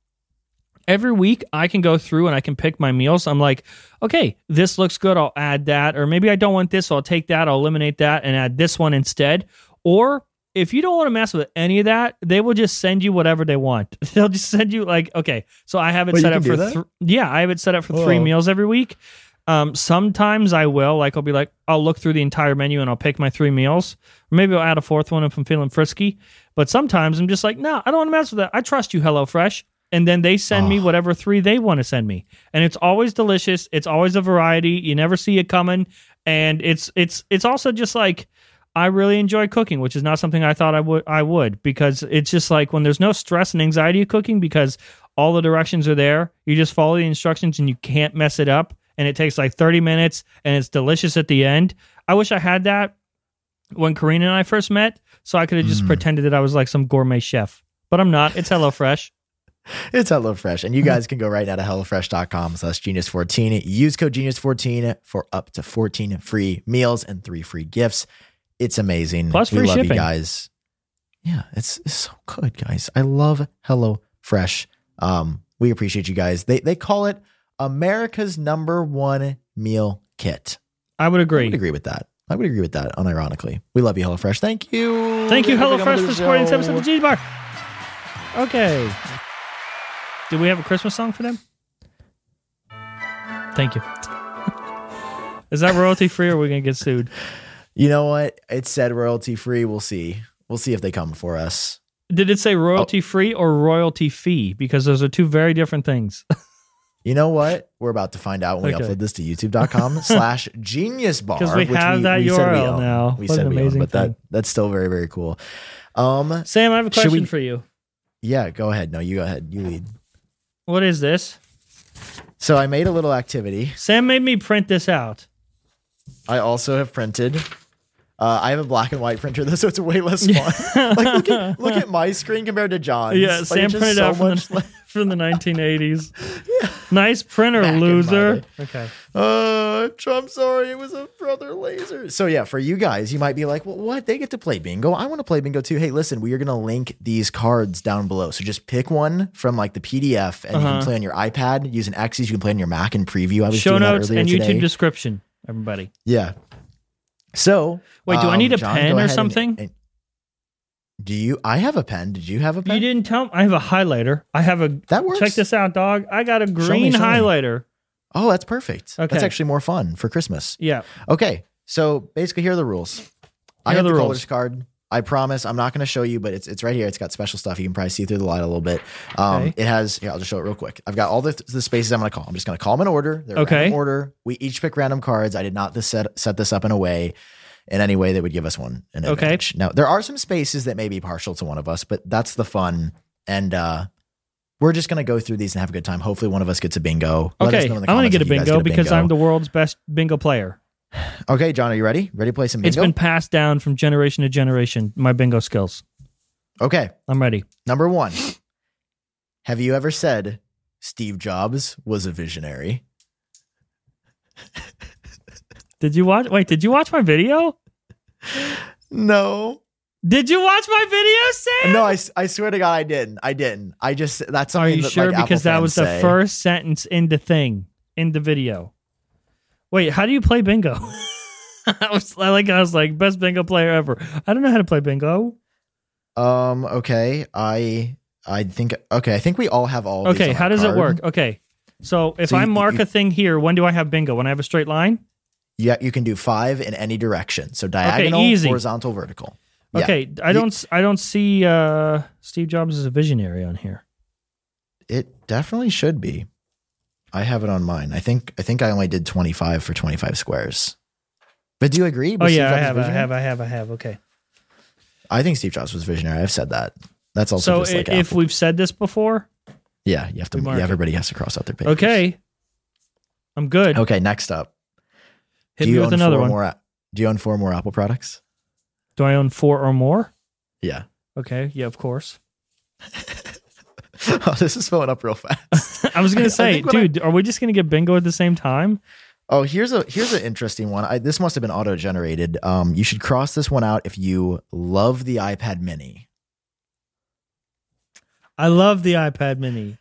Speaker 2: every week I can go through and I can pick my meals. I'm like, okay, this looks good. I'll add that. Or maybe I don't want this. So I'll take that. I'll eliminate that and add this one instead. Or if you don't want to mess with any of that, they will just send you whatever they want. They'll just send you like, okay, so I have it
Speaker 1: Wait, you
Speaker 2: set
Speaker 1: can
Speaker 2: up
Speaker 1: do
Speaker 2: for,
Speaker 1: that? Oh.
Speaker 2: thr- yeah, I have it set up for three
Speaker 1: Whoa.
Speaker 2: meals every week. Um, sometimes I will, like, I'll be like, I'll look through the entire menu and I'll pick my three meals. Maybe I'll add a fourth one if I'm feeling frisky. But sometimes I'm just like, no, I don't want to mess with that. I trust you, HelloFresh. And then they send me
Speaker 1: Oh.
Speaker 2: whatever three they want to send me. And it's always delicious. It's always a variety. You never see it coming. And it's it's it's also just like I really enjoy cooking, which is not something I thought I would I would because it's just like when there's no stress and anxiety of cooking because all the directions are there. You just follow the instructions and you can't mess it up. And it takes like 30 minutes and it's delicious at the end. I wish I had that when Karina and I first met, so I could have just
Speaker 1: Mm.
Speaker 2: pretended that I was like some gourmet chef. But I'm not. It's HelloFresh.
Speaker 1: It's HelloFresh. And you
Speaker 2: Uh-huh.
Speaker 1: guys can go right now to HelloFresh.com slash genius14. Use code genius14 for up to 14 free meals and three free gifts. It's amazing.
Speaker 2: Plus
Speaker 1: we
Speaker 2: free
Speaker 1: love you
Speaker 2: shipping.
Speaker 1: guys. Yeah, it's, it's so good, guys. I love HelloFresh. Um, we appreciate you guys. They they call it America's number one meal kit.
Speaker 2: I would
Speaker 1: I
Speaker 2: agree.
Speaker 1: would agree with that. I would agree with that, unironically. We love you, HelloFresh. Thank you.
Speaker 2: Thank you,
Speaker 1: for coming to
Speaker 2: HelloFresh,
Speaker 1: the
Speaker 2: for supporting this
Speaker 1: show.
Speaker 2: episode of the Genius Bar. Okay. Do we have a Christmas song for them? Thank you. Is that royalty free or are we going to get sued?
Speaker 1: You know what? It said royalty free. We'll see. We'll see if they come for us. Oh.
Speaker 2: Did it say royalty free or royalty fee? Because those are two very different things.
Speaker 1: You know what? We're about to find out when
Speaker 2: Okay.
Speaker 1: we upload this to youtube.com slash genius bar.
Speaker 2: Because we
Speaker 1: which
Speaker 2: have that
Speaker 1: said we
Speaker 2: URL
Speaker 1: own.
Speaker 2: now.
Speaker 1: We
Speaker 2: What
Speaker 1: said
Speaker 2: an
Speaker 1: we own,
Speaker 2: amazing
Speaker 1: but
Speaker 2: thing.
Speaker 1: that that's still very, very cool. Um
Speaker 2: Sam, I have a
Speaker 1: Should
Speaker 2: question
Speaker 1: we-
Speaker 2: for you.
Speaker 1: yeah, go ahead. No, you go ahead. You lead.
Speaker 2: What is this?
Speaker 1: So I made a little activity.
Speaker 2: Sam made me print this out.
Speaker 1: I also have printed. Uh, I have a black and white printer though, so it's way less fun. like look at look at my screen compared to John's.
Speaker 2: Yeah,
Speaker 1: Like, it's
Speaker 2: Sam
Speaker 1: just
Speaker 2: printed
Speaker 1: so
Speaker 2: out from
Speaker 1: much
Speaker 2: the, from the 1980s. Nice printer,
Speaker 1: Back in my
Speaker 2: loser.
Speaker 1: day.
Speaker 2: Okay.
Speaker 1: Uh, Trump, sorry, it was a brother laser. So yeah, for you guys, you might be like, well, what? They get to play bingo. I want to play bingo too. Hey, listen, we are gonna link these cards down below. So just pick one from like the PDF, and you
Speaker 2: Uh-huh.
Speaker 1: can play on your iPad using X's. You can play on your Mac in preview. I was
Speaker 2: Show
Speaker 1: doing that
Speaker 2: notes
Speaker 1: earlier
Speaker 2: and
Speaker 1: today.
Speaker 2: YouTube description, everybody.
Speaker 1: yeah. So
Speaker 2: Wait, do I
Speaker 1: um,
Speaker 2: need a
Speaker 1: John,
Speaker 2: pen
Speaker 1: go
Speaker 2: or
Speaker 1: ahead and-
Speaker 2: something?
Speaker 1: and- do you? I have a pen. Did you have a pen?
Speaker 2: You didn't tell me. I have a highlighter. I have a.
Speaker 1: That works.
Speaker 2: Check this out, dog. I got a
Speaker 1: me,
Speaker 2: green
Speaker 1: show me.
Speaker 2: highlighter.
Speaker 1: Oh, that's perfect. That's
Speaker 2: Okay.
Speaker 1: actually more fun for Christmas.
Speaker 2: Yeah.
Speaker 1: Okay, so basically, here are the rules. I
Speaker 2: Here are
Speaker 1: have
Speaker 2: the
Speaker 1: the,
Speaker 2: rules.
Speaker 1: colors card. I promise I'm not going to show you, but it's it's right here. It's got special stuff. You can probably see through the light a little bit. Um,
Speaker 2: Okay.
Speaker 1: It has. Here, I'll just show it real quick. I've got all the, the spaces I'm going to call. I'm just going to call them in order. They're
Speaker 2: Okay.
Speaker 1: random order. We each pick random cards. I did not this set set this up in a way in any way that would give us one an
Speaker 2: Okay.
Speaker 1: advantage. Now there are some spaces that may be partial to one of us, but that's the fun and. uh we're just gonna go through these and have a good time. Hopefully, one of us gets a bingo. Let us know in the
Speaker 2: Okay. I'm going to
Speaker 1: comments
Speaker 2: get a
Speaker 1: if you guys
Speaker 2: bingo because I'm the world's best bingo player.
Speaker 1: Okay, John, are you ready? Ready to play some bingo?
Speaker 2: It's been passed down from generation to generation, my bingo skills.
Speaker 1: okay.
Speaker 2: I'm ready.
Speaker 1: Number one, have you ever said Steve Jobs was a visionary?
Speaker 2: Did you watch? Wait, did you watch my video?
Speaker 1: No.
Speaker 2: Did you watch my video, Sam?
Speaker 1: No, I, s- I swear to God, I didn't. I didn't. I just, that's
Speaker 2: Are
Speaker 1: something
Speaker 2: you
Speaker 1: that,
Speaker 2: sure?
Speaker 1: like, Apple
Speaker 2: because that
Speaker 1: fans
Speaker 2: was the
Speaker 1: say.
Speaker 2: first sentence in the thing in the video. Wait, how do you play bingo? I was I like, I was like, best bingo player ever. I don't know how to play bingo.
Speaker 1: Um, okay. I, I think, okay. I think we all have all. of these
Speaker 2: Okay,
Speaker 1: on
Speaker 2: how
Speaker 1: our
Speaker 2: does it
Speaker 1: card.
Speaker 2: work? Okay, so if
Speaker 1: So
Speaker 2: I
Speaker 1: you-
Speaker 2: mark
Speaker 1: you-
Speaker 2: a thing here, when do I have bingo? When I have a straight line?
Speaker 1: Yeah. You can do five in any direction. So diagonal,
Speaker 2: easy.
Speaker 1: horizontal, vertical. Yeah.
Speaker 2: Okay, I don't s- I don't see uh, Steve Jobs as a visionary on here.
Speaker 1: It definitely should be. I have it on mine. I think, I think I only did 25 for 25 squares. But do you agree?
Speaker 2: Oh
Speaker 1: with Steve
Speaker 2: yeah, I
Speaker 1: Jobs'
Speaker 2: have, I
Speaker 1: visionary?
Speaker 2: have, I have, I have. Okay,
Speaker 1: I think Steve Jobs was visionary. I've said that. That's also
Speaker 2: so
Speaker 1: just like
Speaker 2: i- if
Speaker 1: Apple.
Speaker 2: we've said this before,
Speaker 1: yeah, you have to.
Speaker 2: we
Speaker 1: yeah,
Speaker 2: mark it.
Speaker 1: everybody has to cross out their papers.
Speaker 2: okay, I'm good.
Speaker 1: Okay. Next up,
Speaker 2: Hit
Speaker 1: do
Speaker 2: me
Speaker 1: you
Speaker 2: with
Speaker 1: own
Speaker 2: another
Speaker 1: four
Speaker 2: one.
Speaker 1: More, a- do you own four more Apple products?
Speaker 2: Do I own four or more?
Speaker 1: Yeah.
Speaker 2: Okay, yeah, of course.
Speaker 1: oh, this is filling up real fast.
Speaker 2: I was
Speaker 1: I
Speaker 2: gonna say,
Speaker 1: think when I-
Speaker 2: dude, are we just gonna get bingo at the same time?
Speaker 1: oh, here's a here's an interesting one. I, this must have been auto generated. Um, you should cross this one out if you love the iPad Mini.
Speaker 2: I love the iPad Mini.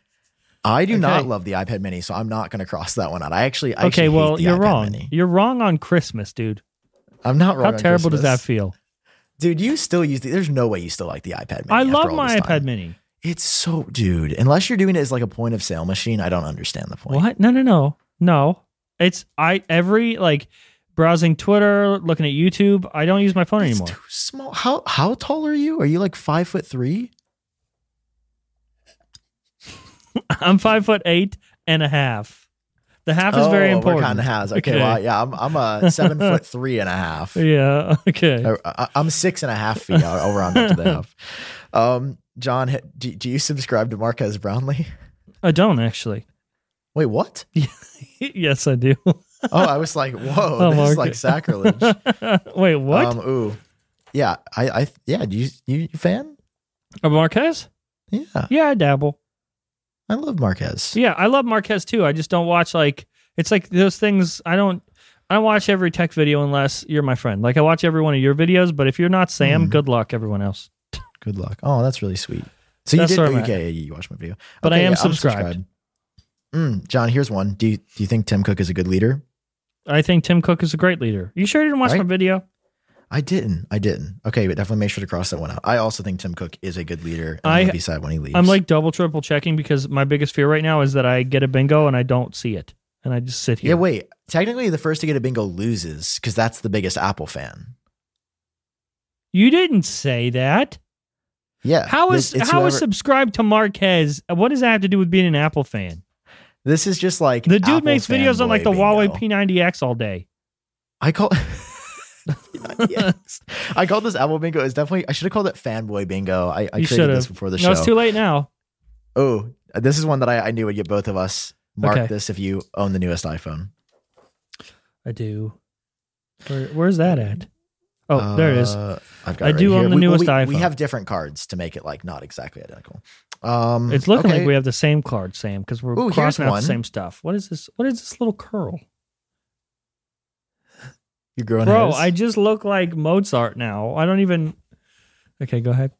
Speaker 1: I do not
Speaker 2: Okay.
Speaker 1: love the iPad Mini, so I'm not going to cross that one out. I actually, I actually
Speaker 2: okay,
Speaker 1: hate
Speaker 2: well,
Speaker 1: the
Speaker 2: you're
Speaker 1: iPad
Speaker 2: wrong.
Speaker 1: Mini.
Speaker 2: You're wrong on Christmas, dude.
Speaker 1: I'm not wrong.
Speaker 2: How
Speaker 1: on
Speaker 2: terrible does that
Speaker 1: Christmas.
Speaker 2: feel?
Speaker 1: dude? You still use the? There's no way you still like the iPad Mini.
Speaker 2: I
Speaker 1: after
Speaker 2: love
Speaker 1: all
Speaker 2: my
Speaker 1: this time.
Speaker 2: iPad Mini.
Speaker 1: It's so, dude. Unless you're doing it as like a point of sale machine, I don't understand the point.
Speaker 2: What? No, no, no, no. It's I every like browsing Twitter, looking at YouTube. I don't use my phone
Speaker 1: It's
Speaker 2: anymore.
Speaker 1: too small. How how tall are you? Are you like five foot three?
Speaker 2: I'm five foot eight and a half. The half
Speaker 1: Oh,
Speaker 2: is very important.
Speaker 1: Kind of has. Okay,
Speaker 2: Okay.
Speaker 1: well, yeah, I'm I'm a seven foot three and a half.
Speaker 2: yeah. Okay.
Speaker 1: I, I, I'm six and a half feet. I'll, I'll round up to the half. Um, John, h- do, do you subscribe to Marquez Brownlee?
Speaker 2: I don't actually.
Speaker 1: Wait, what?
Speaker 2: yes, I do.
Speaker 1: Oh, I was like, whoa,
Speaker 2: Oh,
Speaker 1: this
Speaker 2: Marquez.
Speaker 1: is like sacrilege.
Speaker 2: Wait, what?
Speaker 1: Um, ooh, yeah, I, I, yeah. Do you you a fan?
Speaker 2: Of Marquez?
Speaker 1: Yeah,
Speaker 2: Yeah, I dabble.
Speaker 1: I love Marquez.
Speaker 2: Yeah, I love Marquez too. I just don't watch like it's like those things. I don't. I don't watch every tech video unless you're my friend. Like I watch every one of your videos, but if you're not Sam,
Speaker 1: Mm.
Speaker 2: good luck, everyone else.
Speaker 1: Good luck. Oh, that's really sweet. So
Speaker 2: That's
Speaker 1: you did
Speaker 2: where I'm at.
Speaker 1: okay. You watched my video,
Speaker 2: But I
Speaker 1: Okay,
Speaker 2: am
Speaker 1: yeah, I'm
Speaker 2: subscribed.
Speaker 1: Mm, John, here's one. Do you, do you think Tim Cook is a good leader?
Speaker 2: I think Tim Cook is a great leader. You sure you didn't watch
Speaker 1: Right?
Speaker 2: my video?
Speaker 1: I didn't. I didn't. Okay, but definitely make sure to cross that one out. I also think Tim Cook is a good leader.
Speaker 2: I-
Speaker 1: And I be sad when he leaves.
Speaker 2: I'm like double triple checking because my biggest fear right now is that I get a bingo and I don't see it, and I just sit
Speaker 1: yeah.
Speaker 2: here.
Speaker 1: Wait, technically, the first to get a bingo loses because that's the biggest Apple fan.
Speaker 2: you didn't say that.
Speaker 1: Yeah.
Speaker 2: How is
Speaker 1: This- it's
Speaker 2: how is
Speaker 1: whoever-
Speaker 2: subscribed to Marquez? What does that have to do with being an Apple fan?
Speaker 1: This is just like
Speaker 2: The dude
Speaker 1: Apple
Speaker 2: makes videos on like the
Speaker 1: fanboy
Speaker 2: Huawei
Speaker 1: bingo.
Speaker 2: P90X all day.
Speaker 1: I call. Yes. I called this Apple bingo. It's definitely I should have called it fanboy bingo. I, I
Speaker 2: You
Speaker 1: created this
Speaker 2: should've.
Speaker 1: before the
Speaker 2: No,
Speaker 1: show.
Speaker 2: it's too late now.
Speaker 1: oh, this is one that I, I knew would get both of us. Mark
Speaker 2: Okay.
Speaker 1: this if you own the newest iPhone.
Speaker 2: I do. Where, where's that at? Oh, there it is.
Speaker 1: Uh, I've got
Speaker 2: I
Speaker 1: it right
Speaker 2: do own
Speaker 1: here.
Speaker 2: the
Speaker 1: We-
Speaker 2: newest
Speaker 1: we, We
Speaker 2: iPhone.
Speaker 1: have different cards to make it like not exactly identical. Um,
Speaker 2: It's looking
Speaker 1: okay.
Speaker 2: like we have the same card, Sam, because we're
Speaker 1: Ooh, here's
Speaker 2: crossing out
Speaker 1: one.
Speaker 2: the same stuff. What is this? What is this little curl?
Speaker 1: You're growing
Speaker 2: Bro,
Speaker 1: hairs?
Speaker 2: I just look like Mozart now. I don't even. Okay, go ahead.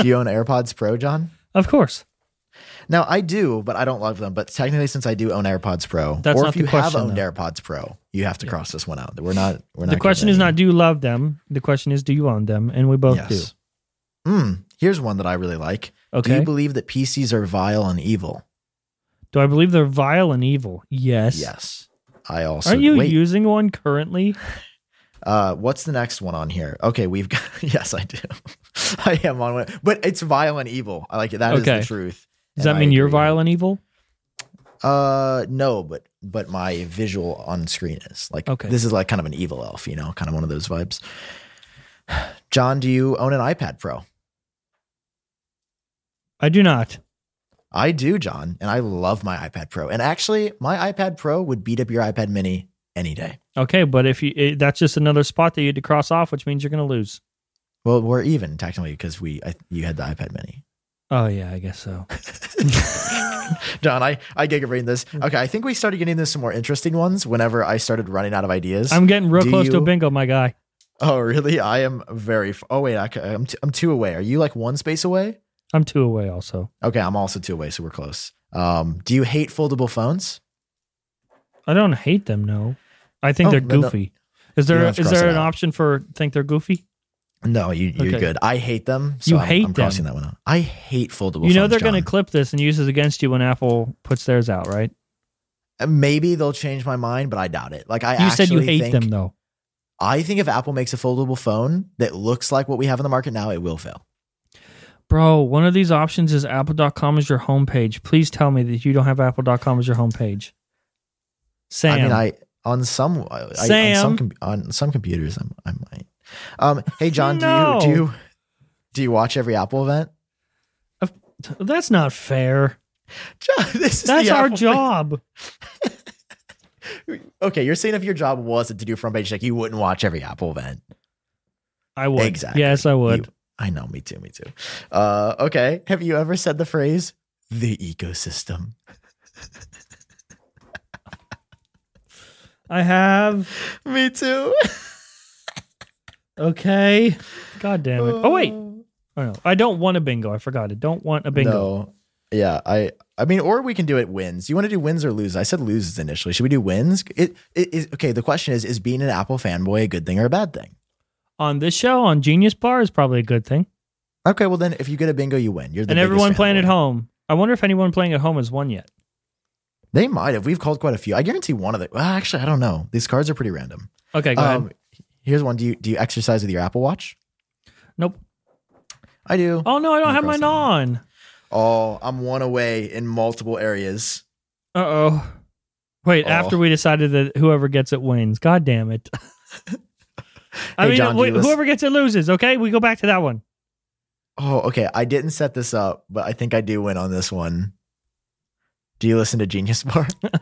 Speaker 1: do you own AirPods Pro, John?
Speaker 2: Of course.
Speaker 1: Now I do, but I don't love them. But technically, since I do own AirPods Pro,
Speaker 2: That's
Speaker 1: or
Speaker 2: not
Speaker 1: if
Speaker 2: the
Speaker 1: you have
Speaker 2: question,
Speaker 1: owned
Speaker 2: though.
Speaker 1: AirPods Pro, you have to cross this one out. We're not. We're not.
Speaker 2: the question
Speaker 1: getting
Speaker 2: is
Speaker 1: any.
Speaker 2: not do you love them? The question is do you own them? And we both
Speaker 1: Yes. Hmm. here's one that I really like.
Speaker 2: do.
Speaker 1: Do
Speaker 2: Okay.
Speaker 1: you
Speaker 2: Do,
Speaker 1: believe that PCs are vile and evil?
Speaker 2: I believe they're vile and evil? Yes.
Speaker 1: Yes. I also.
Speaker 2: Aren't you
Speaker 1: wait,
Speaker 2: using one currently?
Speaker 1: Uh, what's the next one on here? Okay, we've got. Yes, I do. I am on one, but it's vile and evil. I like it. That is
Speaker 2: Okay.
Speaker 1: the truth.
Speaker 2: Does
Speaker 1: and
Speaker 2: that
Speaker 1: I
Speaker 2: mean you're
Speaker 1: agree.
Speaker 2: vile and evil?
Speaker 1: Uh, no, but but my visual on screen is like
Speaker 2: Okay.
Speaker 1: this is like kind of an evil elf, you know, kind of one of those vibes. John, do you own an iPad Pro?
Speaker 2: I do not.
Speaker 1: I do, John, and I love my iPad Pro. And actually, my iPad Pro would beat up your iPad Mini any day.
Speaker 2: Okay, but if you it, that's just another spot that you had to cross off, which means you're going to lose.
Speaker 1: Well, we're even technically because we I, you had the iPad Mini.
Speaker 2: Oh yeah, I guess so.
Speaker 1: John, I I gig reading this. Okay, I think we started getting into some more interesting ones whenever I started running out of ideas.
Speaker 2: I'm getting real
Speaker 1: Do
Speaker 2: close to a
Speaker 1: you-
Speaker 2: bingo, my guy.
Speaker 1: oh, really? I am very. F- oh wait, I, ca- I'm t- I'm two away. Are you like one space away?
Speaker 2: I'm two away also.
Speaker 1: Okay, I'm also two away, so we're close. Um, do you hate foldable phones?
Speaker 2: I don't hate them, no. I think
Speaker 1: Oh,
Speaker 2: they're
Speaker 1: then the-
Speaker 2: goofy. Is
Speaker 1: You
Speaker 2: there
Speaker 1: don't have
Speaker 2: is
Speaker 1: to cross
Speaker 2: there
Speaker 1: it
Speaker 2: an
Speaker 1: out.
Speaker 2: option for think they're goofy?
Speaker 1: No, you you're
Speaker 2: Okay.
Speaker 1: good. I hate them. So
Speaker 2: You
Speaker 1: I'm,
Speaker 2: hate
Speaker 1: I'm crossing that one out. I hate foldable.
Speaker 2: you know
Speaker 1: phones,
Speaker 2: they're going to
Speaker 1: John.
Speaker 2: clip this and use it against you when Apple puts theirs out, right?
Speaker 1: Uh, Maybe they'll change my mind, but I doubt it. Like I
Speaker 2: you said you
Speaker 1: actually think,
Speaker 2: hate them though.
Speaker 1: I think if Apple makes a foldable phone that looks like what we have in the market now, it will fail.
Speaker 2: Bro, one of these options is apple.com as your homepage. Please tell me that you don't have apple.com as your homepage. Sam.
Speaker 1: I mean, I on some I, I, on some
Speaker 2: Sam.
Speaker 1: com- on some computers, I'm, I might. Um, hey John,
Speaker 2: No.
Speaker 1: do you do you do you watch every Apple event?
Speaker 2: That's not fair.
Speaker 1: John, this is
Speaker 2: That's
Speaker 1: the
Speaker 2: our
Speaker 1: Apple-
Speaker 2: job.
Speaker 1: Okay, you're saying if your job wasn't to do front page check, you wouldn't watch every Apple event.
Speaker 2: I would.
Speaker 1: Exactly.
Speaker 2: Yes, I would.
Speaker 1: You- I know, me too, me too. Uh, okay. Have you ever said the phrase the ecosystem?
Speaker 2: I have.
Speaker 1: Me too.
Speaker 2: Okay. God damn it. Oh wait. Oh no. I don't want a bingo. I forgot. I don't want a bingo.
Speaker 1: No. Yeah, I I mean, or we can do it wins. You want to do wins or lose? I said loses initially. Should we do wins? It, it is okay. The question is: Is being an Apple fanboy a good thing or a bad thing?
Speaker 2: On this show, on Genius Bar is probably a good thing.
Speaker 1: Okay, well then, if you get a bingo, you win. You're the
Speaker 2: and
Speaker 1: biggest
Speaker 2: everyone playing
Speaker 1: fanboy.
Speaker 2: at home. I wonder if anyone playing at home has won yet.
Speaker 1: They might have. We've called quite a few. I guarantee one of the. Well, actually, I don't know. These cards are pretty random.
Speaker 2: Okay, go
Speaker 1: Um,
Speaker 2: ahead.
Speaker 1: here's one. Do you do you exercise with your Apple Watch?
Speaker 2: Nope.
Speaker 1: I do.
Speaker 2: Oh no, I don't
Speaker 1: I'm
Speaker 2: have mine
Speaker 1: crossing
Speaker 2: on.
Speaker 1: Oh, I'm one away in multiple areas.
Speaker 2: Uh oh. Wait,
Speaker 1: Oh.
Speaker 2: after we decided that whoever gets it wins. God damn it. I
Speaker 1: Hey,
Speaker 2: mean,
Speaker 1: John, do
Speaker 2: wait,
Speaker 1: you listen-
Speaker 2: whoever gets it loses. Okay, we go back to that one.
Speaker 1: Oh, okay. I didn't set this up, but I think I do win on this one. Do you listen to Genius Bar?
Speaker 2: Uh,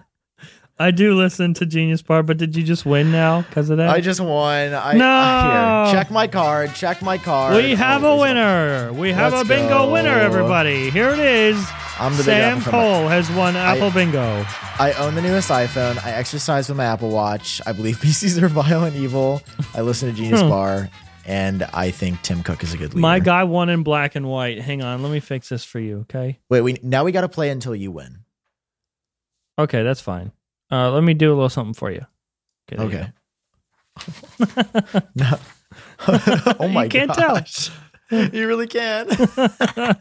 Speaker 2: I do listen to Genius Bar, but did you just win now because of that?
Speaker 1: I just won. I,
Speaker 2: No!
Speaker 1: I- here, check my card. Check my card.
Speaker 2: We have
Speaker 1: Oh,
Speaker 2: a
Speaker 1: there's
Speaker 2: winner. We have
Speaker 1: Let's
Speaker 2: a bingo
Speaker 1: go.
Speaker 2: winner, everybody. Here it is.
Speaker 1: I'm the big
Speaker 2: Sam
Speaker 1: Apple fanboy.
Speaker 2: Cole has won Apple Bingo.
Speaker 1: I own the newest iPhone. I exercise with my Apple Watch. I believe PCs are vile and evil. I listen to Genius
Speaker 2: Hmm.
Speaker 1: Bar, and I think Tim Cook is a good leader.
Speaker 2: My guy won in black and white. Hang on, let me fix this for you. Okay.
Speaker 1: Wait, we now we got to play until you win.
Speaker 2: Okay, that's fine. Uh, let me do a little something for you. there you go.
Speaker 1: Okay. no. oh my
Speaker 2: You can't tell.
Speaker 1: gosh. You really can. All right,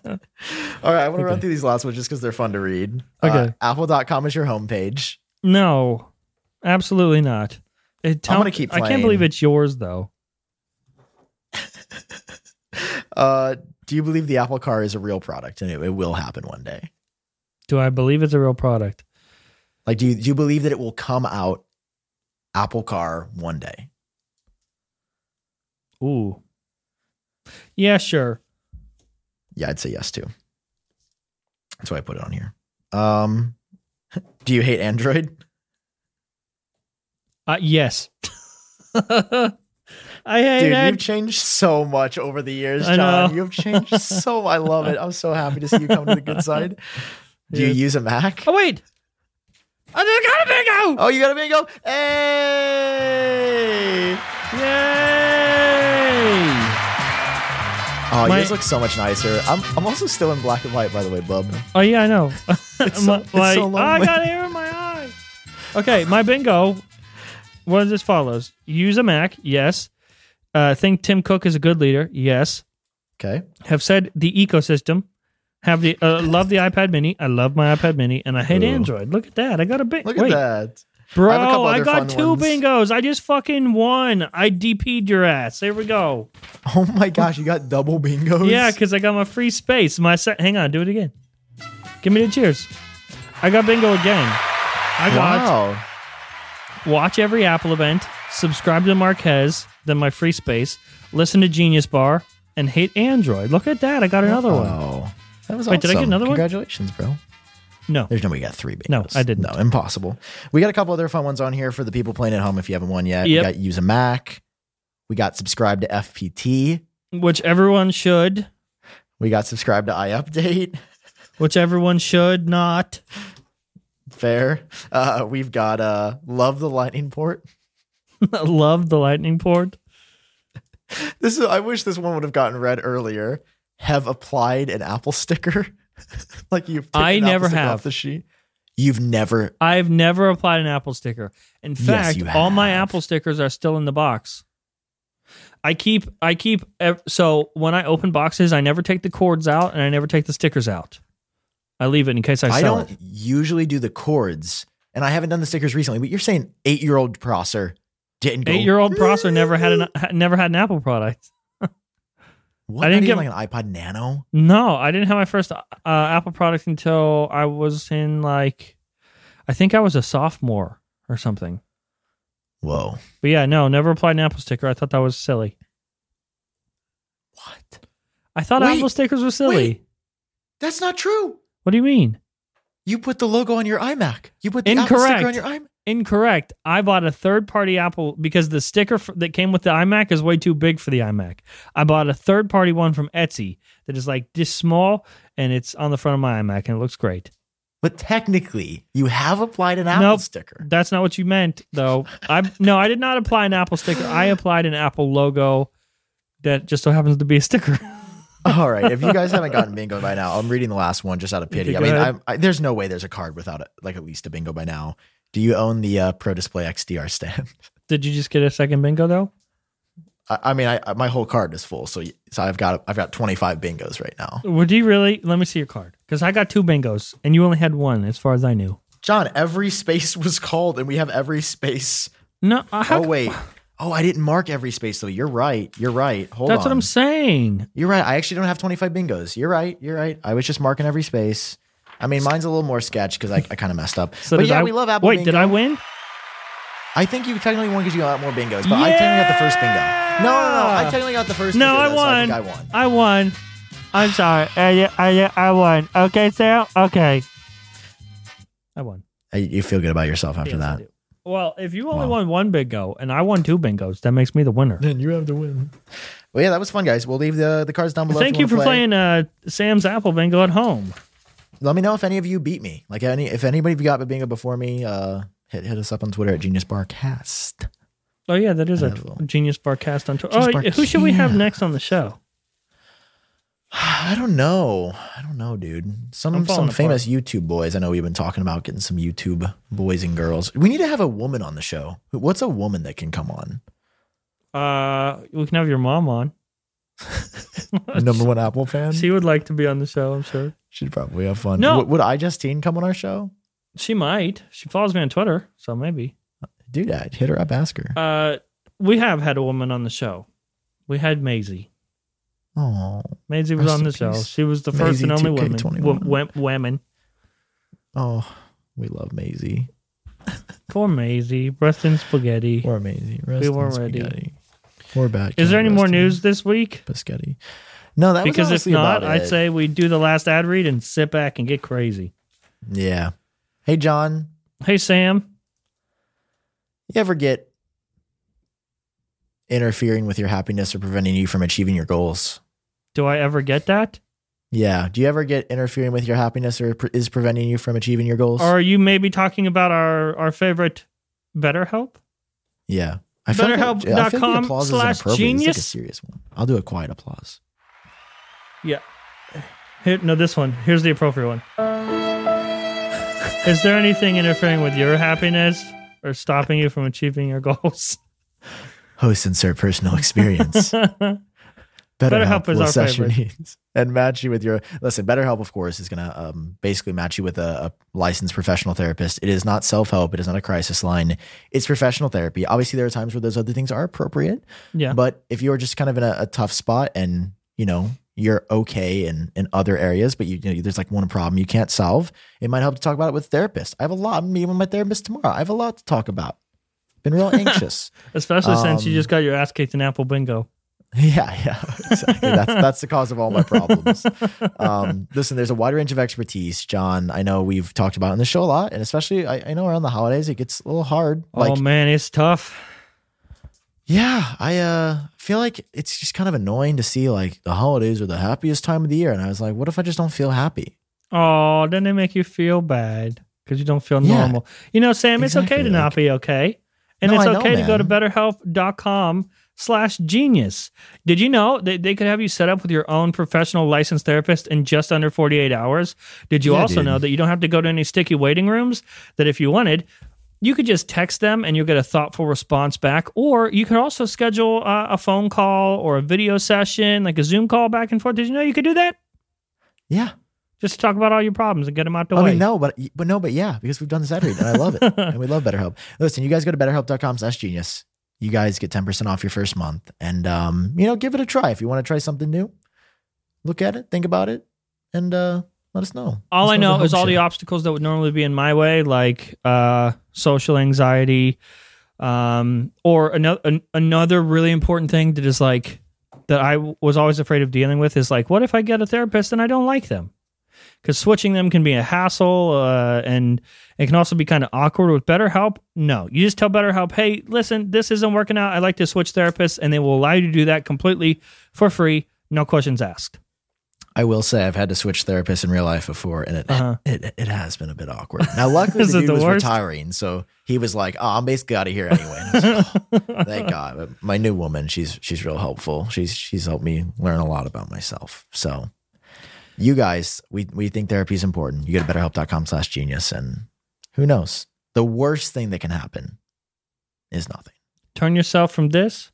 Speaker 1: I want to run
Speaker 2: Okay.
Speaker 1: through these last ones just because they're fun to read.
Speaker 2: Okay.
Speaker 1: Uh, Apple.com is your homepage.
Speaker 2: No, absolutely not. It tell-
Speaker 1: gonna keep
Speaker 2: I can't
Speaker 1: playing.
Speaker 2: believe it's yours though.
Speaker 1: Uh, do you believe the Apple car is a real product and it, it will happen one day?
Speaker 2: Do I believe it's a real product?
Speaker 1: Like, do you, do you believe that it will come out Apple Car one day?
Speaker 2: Ooh. Yeah, sure.
Speaker 1: Yeah, I'd say yes too. That's why I put it on here. Um, do you hate Android?
Speaker 2: Uh, yes. I hate
Speaker 1: Dude,
Speaker 2: Android.
Speaker 1: you've changed so much over the years,
Speaker 2: I
Speaker 1: John.
Speaker 2: know.
Speaker 1: You've changed so. I love it. I'm so happy to see you come to the good side. Do you
Speaker 2: Dude.
Speaker 1: use a Mac?
Speaker 2: Oh wait. I just got a bingo!
Speaker 1: Oh, you got a bingo! Hey!
Speaker 2: Yay!
Speaker 1: Oh,
Speaker 2: My-
Speaker 1: yours look so much nicer. I'm, I'm also still in black and white, by the way, bub.
Speaker 2: Oh yeah, I know.
Speaker 1: It's so-
Speaker 2: I'm
Speaker 1: it's
Speaker 2: like,
Speaker 1: so
Speaker 2: "Oh, I
Speaker 1: lonely."
Speaker 2: got air in my eye. Okay, my bingo was as follows: Use a Mac, yes. Uh, think Tim Cook is a good leader, yes.
Speaker 1: Okay.
Speaker 2: Have said the ecosystem. Have the uh, love the iPad Mini. I love my iPad Mini, and I hate
Speaker 1: Ooh.
Speaker 2: Android. Look at that! I got a bingo.
Speaker 1: Look
Speaker 2: Wait,
Speaker 1: at that.
Speaker 2: bro!
Speaker 1: I have a couple
Speaker 2: I,
Speaker 1: other
Speaker 2: got
Speaker 1: fun
Speaker 2: two
Speaker 1: ones.
Speaker 2: bingos. I just fucking won. I DP'd your ass. There we go.
Speaker 1: Oh my gosh, you got double bingos.
Speaker 2: Yeah, because I got my free space. My se- hang on, do it again. Give me the cheers. I got bingo again. I got
Speaker 1: wow.
Speaker 2: watch every Apple event, subscribe to Marquez, then my free space, listen to Genius Bar, and hate Android. Look at that! I got another one.
Speaker 1: Wow. That was
Speaker 2: Oh. Wait, did I get
Speaker 1: awesome.
Speaker 2: another one?
Speaker 1: Congratulations, bro.
Speaker 2: No,
Speaker 1: There's no way you got three bingos.
Speaker 2: No, I didn't.
Speaker 1: No, impossible. We got a couple other fun ones on here for the people playing at home if you haven't won yet.
Speaker 2: Yep.
Speaker 1: We got use a Mac. We got subscribe to FPT.
Speaker 2: which everyone should,
Speaker 1: We got subscribe to iUpdate.
Speaker 2: which everyone should not.
Speaker 1: Fair. Uh, we've got uh, love the lightning port.
Speaker 2: Love the lightning port.
Speaker 1: This is. I wish this one would have gotten read earlier. Have applied an Apple sticker, like you've. taken
Speaker 2: I
Speaker 1: an Apple
Speaker 2: never
Speaker 1: sticker
Speaker 2: have.
Speaker 1: off the sheet. You've never.
Speaker 2: I've never applied an Apple sticker. In fact,
Speaker 1: you
Speaker 2: all my
Speaker 1: have.
Speaker 2: Apple stickers are still in the box. I keep I keep ev- so when I open boxes, I never take the cords out and I never take the stickers out. I leave it in case I,
Speaker 1: I,
Speaker 2: sell
Speaker 1: don't
Speaker 2: it.
Speaker 1: usually do the chords, and I haven't done the stickers recently. But you're saying eight-year-old Prosser didn't go.
Speaker 2: Eight year old Prosser never had an ha- never had an Apple product.
Speaker 1: What?
Speaker 2: I
Speaker 1: I
Speaker 2: didn't
Speaker 1: didn't get
Speaker 2: get-
Speaker 1: like an iPod Nano.
Speaker 2: No, I didn't have my first uh, Apple product until I was in like I think I was a sophomore or something.
Speaker 1: Whoa!
Speaker 2: But yeah, no, never applied an Apple sticker. I thought that was silly.
Speaker 1: What?
Speaker 2: I thought
Speaker 1: Wait,
Speaker 2: Apple stickers were silly.
Speaker 1: wait. That's not true.
Speaker 2: What do you mean?
Speaker 1: You put the logo on your iMac. You put the Apple
Speaker 2: Incorrect.
Speaker 1: sticker on your iMac.
Speaker 2: Incorrect. I bought a third party Apple because the sticker f- that came with the iMac is way too big for the iMac. I bought a third party one from Etsy that is like this small and it's on the front of my iMac and it looks great.
Speaker 1: But technically, you have applied an Apple
Speaker 2: Nope.
Speaker 1: sticker.
Speaker 2: That's not what you meant though. I no, I did not apply an Apple sticker. I applied an Apple logo that just so happens to be a sticker.
Speaker 1: All right. If you guys haven't gotten bingo by now, I'm reading the last one just out of pity.
Speaker 2: Okay,
Speaker 1: I
Speaker 2: go
Speaker 1: mean,
Speaker 2: ahead.
Speaker 1: I'm, I, there's no way there's a card without a, like at least a bingo by now. Do you own the uh, Pro Display XDR stand?
Speaker 2: Did you just get a second bingo though?
Speaker 1: I, I mean, I, I my whole card is full, so y- so I've got I've got 25 bingos right now.
Speaker 2: Would you really? Let me see your card because I got two bingos and you only had one as far as I knew.
Speaker 1: John, every space was called, and we have every space.
Speaker 2: No, uh, how,
Speaker 1: Oh wait, oh I didn't mark every space though. You're right. You're right. Hold
Speaker 2: that's
Speaker 1: on.
Speaker 2: what I'm saying.
Speaker 1: You're right. I actually don't have 25 bingos. You're right. You're right. I was just marking every space. I mean, mine's a little more sketch because I, I kind of messed up.
Speaker 2: So
Speaker 1: but
Speaker 2: did
Speaker 1: yeah,
Speaker 2: I,
Speaker 1: we love Apple.
Speaker 2: Wait, did
Speaker 1: bingo.
Speaker 2: I win?
Speaker 1: I think you technically won because you got more bingos, but I technically got the first bingo. No, no, no. I
Speaker 2: Yeah!
Speaker 1: technically got the first
Speaker 2: No,
Speaker 1: bingo.
Speaker 2: I
Speaker 1: though, so
Speaker 2: won.
Speaker 1: I think I won.
Speaker 2: I won. I'm sorry. Uh, I, I, I won. Okay, Sam. Okay. I won.
Speaker 1: Uh, You feel good about yourself after
Speaker 2: Yes, I
Speaker 1: that.
Speaker 2: do. Well, if you only
Speaker 1: Wow.
Speaker 2: won one bingo and I won two bingos, that makes me the winner.
Speaker 1: Then you have to win. Well, yeah, that was fun, guys. We'll leave the, the cards down below. if
Speaker 2: Thank you
Speaker 1: wanna
Speaker 2: for
Speaker 1: play.
Speaker 2: playing uh, Sam's Apple Bingo at home.
Speaker 1: Let me know if any of you beat me. Like any, if anybody of you got a bingo before me, uh, hit hit us up on Twitter at Genius Bar Cast.
Speaker 2: Oh yeah, that is
Speaker 1: I
Speaker 2: a
Speaker 1: have one.
Speaker 2: Genius Barcast on Twitter.
Speaker 1: Genius
Speaker 2: Oh,
Speaker 1: Bar
Speaker 2: who should we have
Speaker 1: Cast.
Speaker 2: next on the show?
Speaker 1: I don't know. I don't know, dude.
Speaker 2: I'm
Speaker 1: Some
Speaker 2: falling
Speaker 1: some
Speaker 2: apart.
Speaker 1: famous YouTube boys. I know we've been talking about getting some YouTube boys and girls. We need to have a woman on the show. What's a woman that can come on?
Speaker 2: Uh, we can have your mom on.
Speaker 1: Number one Apple fan.
Speaker 2: She would like to be on the show. I'm sure
Speaker 1: She'd probably have fun.
Speaker 2: No.
Speaker 1: Would, would I Justine come on our show?
Speaker 2: she might. She follows me on Twitter, so maybe.
Speaker 1: Do that. Hit her up. Ask her.
Speaker 2: Uh, we have had a woman on the show. We had Maisie.
Speaker 1: Oh,
Speaker 2: Maisie was
Speaker 1: Rest
Speaker 2: on
Speaker 1: in
Speaker 2: the show.
Speaker 1: peace,
Speaker 2: She was the first and
Speaker 1: Maisie
Speaker 2: only woman.
Speaker 1: 2K21.
Speaker 2: W- w- women.
Speaker 1: Oh, we love Maisie.
Speaker 2: Poor Maisie, breast in spaghetti.
Speaker 1: We're Maisie. Rest
Speaker 2: were
Speaker 1: in
Speaker 2: ready.
Speaker 1: spaghetti. We're back.
Speaker 2: Is there any
Speaker 1: Rest
Speaker 2: more
Speaker 1: in
Speaker 2: news this week?
Speaker 1: Biscotti. No, that
Speaker 2: Because
Speaker 1: was honestly
Speaker 2: if not,
Speaker 1: about
Speaker 2: I'd
Speaker 1: it.
Speaker 2: say we do the last ad read and sit back and get crazy.
Speaker 1: yeah. Hey, John,
Speaker 2: Hey Sam,
Speaker 1: you ever get interfering with your happiness or preventing you from achieving your goals?
Speaker 2: do I ever get that?
Speaker 1: Yeah. Do you ever get interfering with your happiness or pre- is preventing you from achieving your goals?
Speaker 2: Or are you maybe talking about our our favorite BetterHelp?
Speaker 1: yeah. I feel like-
Speaker 2: BetterHelp.com
Speaker 1: I feel like the applause is inappropriate.
Speaker 2: slash
Speaker 1: It's like a
Speaker 2: genius.
Speaker 1: serious one. I'll do a quiet applause.
Speaker 2: Yeah. Here, no, this one. Here's the appropriate one. Is there anything interfering with your happiness or stopping you from achieving your goals?
Speaker 1: Host insert personal experience. BetterHelp
Speaker 2: BetterHelp is
Speaker 1: will
Speaker 2: our
Speaker 1: assess your
Speaker 2: favorite.
Speaker 1: needs and match you with your listen. BetterHelp, of course, is going to um, basically match you with a, a licensed professional therapist. It is not self help. It is not a crisis line. It's professional therapy. Obviously, there are times where those other things are appropriate.
Speaker 2: Yeah.
Speaker 1: But if you're just kind of in a, a tough spot and you know you're okay in in other areas, but you, you know, there's like one problem you can't solve, it might help to talk about it with therapist. I have a lot. I'm meeting with my therapist tomorrow. I have a lot to talk about. Been real anxious.
Speaker 2: Especially since you
Speaker 1: Um,
Speaker 2: just got your ass kicked in Apple Bingo.
Speaker 1: Yeah, yeah, exactly. That's that's the cause of all my problems. Um, listen, there's a wide range of expertise, John. I know we've talked about in the show a lot, and especially I, I know around the holidays it gets a little hard. Like,
Speaker 2: oh man, it's tough.
Speaker 1: yeah, I uh, feel like it's just kind of annoying to see like the holidays are the happiest time of the year, and I was like, what if I just don't feel happy?
Speaker 2: Oh, doesn't it make you feel bad because you don't feel
Speaker 1: Yeah.
Speaker 2: normal? You know, Sam, it's okay
Speaker 1: Exactly,
Speaker 2: to not
Speaker 1: like-
Speaker 2: be okay, and
Speaker 1: No,
Speaker 2: it's
Speaker 1: I know,
Speaker 2: okay to go to
Speaker 1: man.
Speaker 2: BetterHelp.com slash genius. Did you know that they could have you set up with your own professional licensed therapist in just under 48 hours? Did you
Speaker 1: Yeah,
Speaker 2: also
Speaker 1: dude.
Speaker 2: know that you don't have to go to any sticky waiting rooms? That if you wanted, you could just text them and you'll get a thoughtful response back. Or you could also schedule uh, a phone call or a video session, like a Zoom call back and forth. Did you know you could do that?
Speaker 1: Yeah,
Speaker 2: Just to talk about all your problems and get them out the
Speaker 1: I
Speaker 2: way.
Speaker 1: mean, no, but but no, but yeah, because we've done this every, and I love it, and we love BetterHelp. Listen, you guys go to BetterHelp.com/genius. You guys get ten percent off your first month, and um, you know, give it a try if you want to try something new. Look at it, think about it, and uh, let us know.
Speaker 2: all
Speaker 1: Let
Speaker 2: I
Speaker 1: us
Speaker 2: know
Speaker 1: the
Speaker 2: is all
Speaker 1: hope
Speaker 2: the
Speaker 1: show.
Speaker 2: obstacles that would normally be in my way, like uh, social anxiety, um, or another an, another really important thing that is like that I w- was always afraid of dealing with is like, what if I get a therapist and I don't like them? Because switching them can be a hassle, uh, and it can also be kind of awkward with BetterHelp. No, you just tell BetterHelp, hey, listen, this isn't working out. I like to switch therapists, and they will allow you to do that completely for free, no questions asked.
Speaker 1: I will say I've had to switch therapists in real life before, and it
Speaker 2: Uh-huh.
Speaker 1: it, it has been a bit awkward. Now, luckily,
Speaker 2: Is
Speaker 1: the
Speaker 2: it
Speaker 1: dude
Speaker 2: the
Speaker 1: was
Speaker 2: worst?
Speaker 1: retiring, so he was like, "Oh, I'm basically out of here anyway." And I was like, "Oh, thank God. But my new woman, she's she's real helpful. She's she's helped me learn a lot about myself. So, you guys, we we think therapy is important. You go to BetterHelp.com/genius, and who knows, the worst thing that can happen is nothing.
Speaker 2: turn yourself from this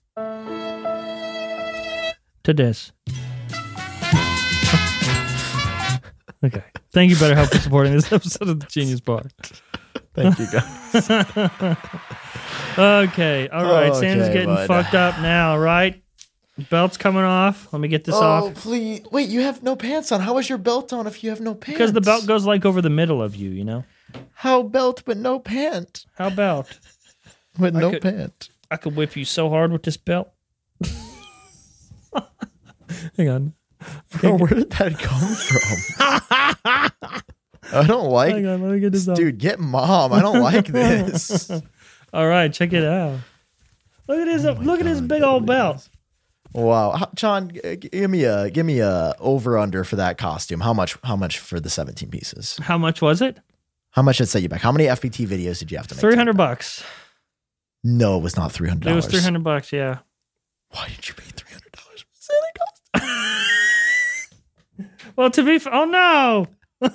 Speaker 2: to this. okay. Thank you, BetterHelp, for supporting this episode of the Genius Bar.
Speaker 1: Thank you guys.
Speaker 2: Okay. All right. Sam's
Speaker 1: Okay,
Speaker 2: getting
Speaker 1: bud.
Speaker 2: fucked up now, right? Belt's coming off. Let me get this
Speaker 1: oh,
Speaker 2: off.
Speaker 1: please! Wait, you have no pants on. How is your belt on if you have no pants?
Speaker 2: Because the belt goes like over the middle of you, you know?
Speaker 1: How belt but no pant?
Speaker 2: How belt?
Speaker 1: with no
Speaker 2: could-
Speaker 1: pant.
Speaker 2: I could whip you so hard with this belt. Hang on.
Speaker 1: Bro, where did that come from? I don't like,
Speaker 2: Hang on. Let me get this off.
Speaker 1: dude. Get mom. I don't like this.
Speaker 2: All right. Check it out. Look at his
Speaker 1: Oh
Speaker 2: look at his big old belt.
Speaker 1: Wow, How- John, g- g- give me a give me a over under for that costume. How much? How much for the seventeen pieces?
Speaker 2: How much was it?
Speaker 1: How much did set you back? How many FPT videos did you have to make? to
Speaker 2: Three hundred
Speaker 1: make
Speaker 2: bucks.
Speaker 1: that? No, it was not three hundred.
Speaker 2: It was three hundred bucks. Yeah.
Speaker 1: Why did you pay three hundred dollars for Santa costume?
Speaker 2: Well, to be f- oh no.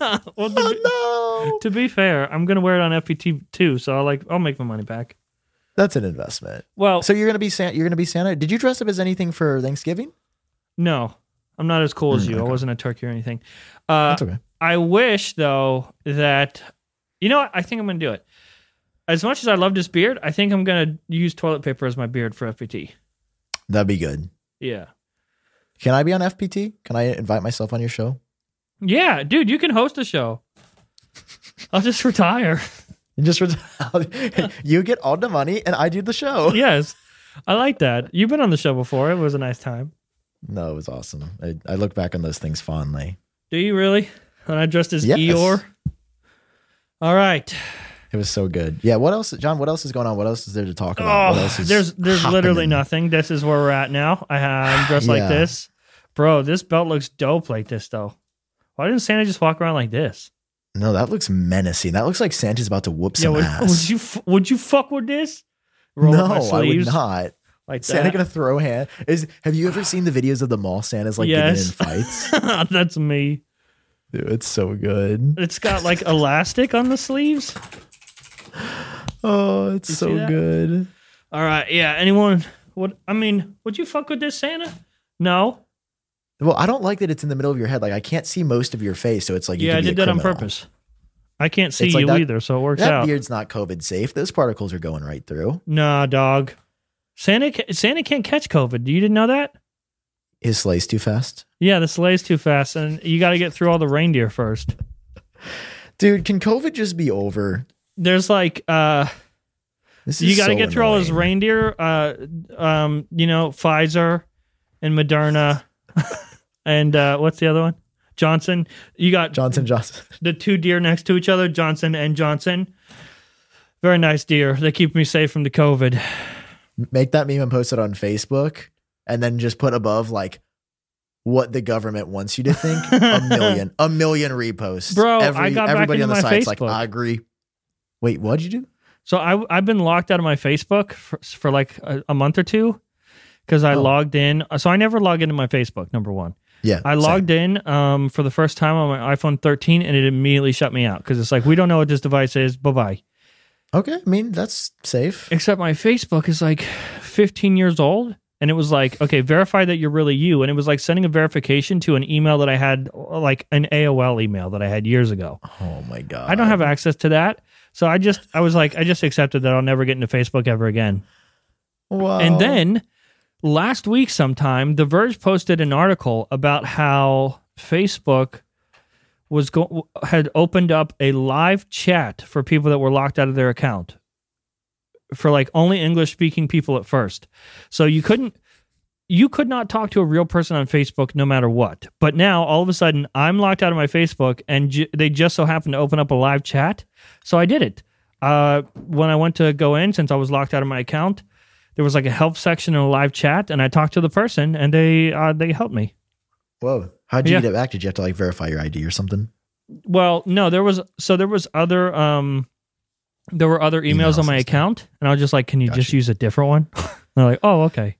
Speaker 2: well, to, be,
Speaker 1: No,
Speaker 2: to be fair, I'm gonna wear it on FPT too, so I'll like I'll make my money back.
Speaker 1: that's an investment.
Speaker 2: Well,
Speaker 1: So you're gonna be Santa. You're gonna be Santa. Did you dress up as anything for Thanksgiving?
Speaker 2: no, I'm not as cool as
Speaker 1: Mm,
Speaker 2: you. I
Speaker 1: okay.
Speaker 2: wasn't a turkey or anything. Uh,
Speaker 1: That's okay.
Speaker 2: I wish though that you know what? I think I'm gonna do it. As much as I love this beard, I think I'm gonna use toilet paper as my beard for FPT.
Speaker 1: That'd be good.
Speaker 2: Yeah.
Speaker 1: Can I be on FPT? Can I invite myself on your show?
Speaker 2: Yeah, dude, you can host a show. I'll just retire.
Speaker 1: And just ret- you get all the money and I do the show.
Speaker 2: yes. I like that. You've been on the show before. It was a nice time.
Speaker 1: No, it was awesome. I, I look back on those things fondly.
Speaker 2: Do you really? When I dressed as
Speaker 1: Yes.
Speaker 2: Eeyore? All right.
Speaker 1: It was so good. Yeah. What else, John? What else is going on? What else is there to talk about? what
Speaker 2: Oh,
Speaker 1: else is
Speaker 2: there's there's
Speaker 1: happening?
Speaker 2: literally nothing. This is where we're at now. I, I'm dressed like
Speaker 1: Yeah.
Speaker 2: this, bro. This belt looks dope like this though. Why didn't Santa just walk around like this?
Speaker 1: No, that looks menacing. That looks like Santa's about to whoop
Speaker 2: Yeah,
Speaker 1: some
Speaker 2: would, would
Speaker 1: ass.
Speaker 2: you f- would you fuck with this? Roll
Speaker 1: no,
Speaker 2: up my
Speaker 1: I would
Speaker 2: sleeves
Speaker 1: not.
Speaker 2: like
Speaker 1: Santa
Speaker 2: that.
Speaker 1: gonna throw hand is. Have you ever seen the videos of the mall Santas like getting
Speaker 2: Yes.
Speaker 1: in fights?
Speaker 2: That's me.
Speaker 1: Dude, it's so good.
Speaker 2: It's got like elastic on the sleeves.
Speaker 1: Oh, it's
Speaker 2: see
Speaker 1: so
Speaker 2: that?
Speaker 1: good.
Speaker 2: All right, yeah. Anyone? Would I mean? Would you fuck with this Santa? No.
Speaker 1: Well, I don't like that it's in the middle of your head. Like I can't see most of your face, so it's like you
Speaker 2: yeah, I
Speaker 1: could be a
Speaker 2: did that on
Speaker 1: criminal.
Speaker 2: purpose. I can't see
Speaker 1: It's like
Speaker 2: you
Speaker 1: that-
Speaker 2: either, so it works
Speaker 1: That
Speaker 2: out.
Speaker 1: beard's not COVID safe. Those particles are going right through.
Speaker 2: Nah, dog. Santa ca- Santa can't catch COVID. You didn't know that?
Speaker 1: His slice too fast.
Speaker 2: Yeah, the sleigh's too fast, and you got to get through all the reindeer first.
Speaker 1: Dude, can COVID just be over?
Speaker 2: There's like, uh,
Speaker 1: This is
Speaker 2: you got to
Speaker 1: so
Speaker 2: get through all his
Speaker 1: annoying.
Speaker 2: reindeer. Uh, um, you know, Pfizer and Moderna, and uh, what's the other one? Johnson. You got
Speaker 1: Johnson Johnson.
Speaker 2: the two deer next to each other, Johnson and Johnson. Very nice deer. They keep me safe from the COVID.
Speaker 1: Make that meme and post it on Facebook, and then just put above like what the government wants you to think. a million, a million reposts.
Speaker 2: Bro, I got back
Speaker 1: everybody
Speaker 2: into
Speaker 1: on the
Speaker 2: my
Speaker 1: site's like,
Speaker 2: Facebook.
Speaker 1: I agree. Wait, what'd you do?
Speaker 2: So I I've been locked out of my Facebook for, for like a, a month or two because I
Speaker 1: Oh.
Speaker 2: logged in. So I never log into my Facebook. Number one,
Speaker 1: Yeah,
Speaker 2: I
Speaker 1: same.
Speaker 2: logged in um, for the first time on my iPhone 13, and it immediately shut me out because it's like we don't know what this device is. Bye bye.
Speaker 1: Okay, I mean that's safe.
Speaker 2: Except my Facebook is like 15 years old. And it was like, okay, verify that you're really you. And it was like sending a verification to an email that I had, like an AOL email that I had years ago.
Speaker 1: Oh my god,
Speaker 2: I don't have access to that. So I just, I was like, I just accepted that I'll never get into Facebook ever again.
Speaker 1: Wow.
Speaker 2: And then last week, sometime, The Verge posted an article about how Facebook was go- had opened up a live chat for people that were locked out of their account for like only English speaking people at first. So you couldn't you could not talk to a real person on Facebook no matter what. But now all of a sudden I'm locked out of my Facebook and ju- they just so happened to open up a live chat. So I did it. Uh, when I went to go in since I was locked out of my account, there was like a help section and a live chat and I talked to the person and they uh, they helped me.
Speaker 1: whoa, how'd you
Speaker 2: Yeah.
Speaker 1: get it back? Did you have to like verify your ID or something?
Speaker 2: Well, no, there was so there was other um there were other emails,
Speaker 1: Emails
Speaker 2: on my
Speaker 1: and stuff.
Speaker 2: account and I was just like, "Can you just
Speaker 1: Gotcha.
Speaker 2: use a different one?" and they're like, "Oh, okay."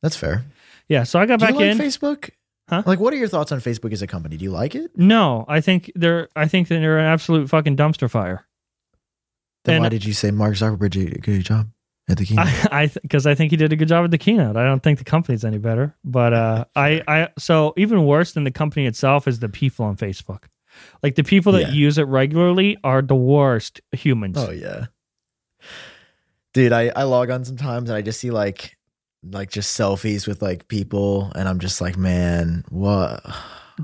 Speaker 1: That's fair.
Speaker 2: Yeah, so I got
Speaker 1: Do
Speaker 2: back
Speaker 1: you like
Speaker 2: in.
Speaker 1: Facebook?
Speaker 2: Huh?
Speaker 1: Like, what are your thoughts on Facebook as a company? Do you like it?
Speaker 2: No, I think they're I think that they're an absolute fucking dumpster fire.
Speaker 1: Then
Speaker 2: And-
Speaker 1: why did you say Mark Zuckerberg did a good job at the keynote?
Speaker 2: I I because I think he did a good job at the keynote. I don't think the company's any better, but uh, I I so even worse than the company itself is the people on Facebook. Like the people that
Speaker 1: Yeah.
Speaker 2: use it regularly are the worst humans.
Speaker 1: Oh yeah, dude. I I log on sometimes and I just see like like just selfies with like people, and I'm just like, man, what?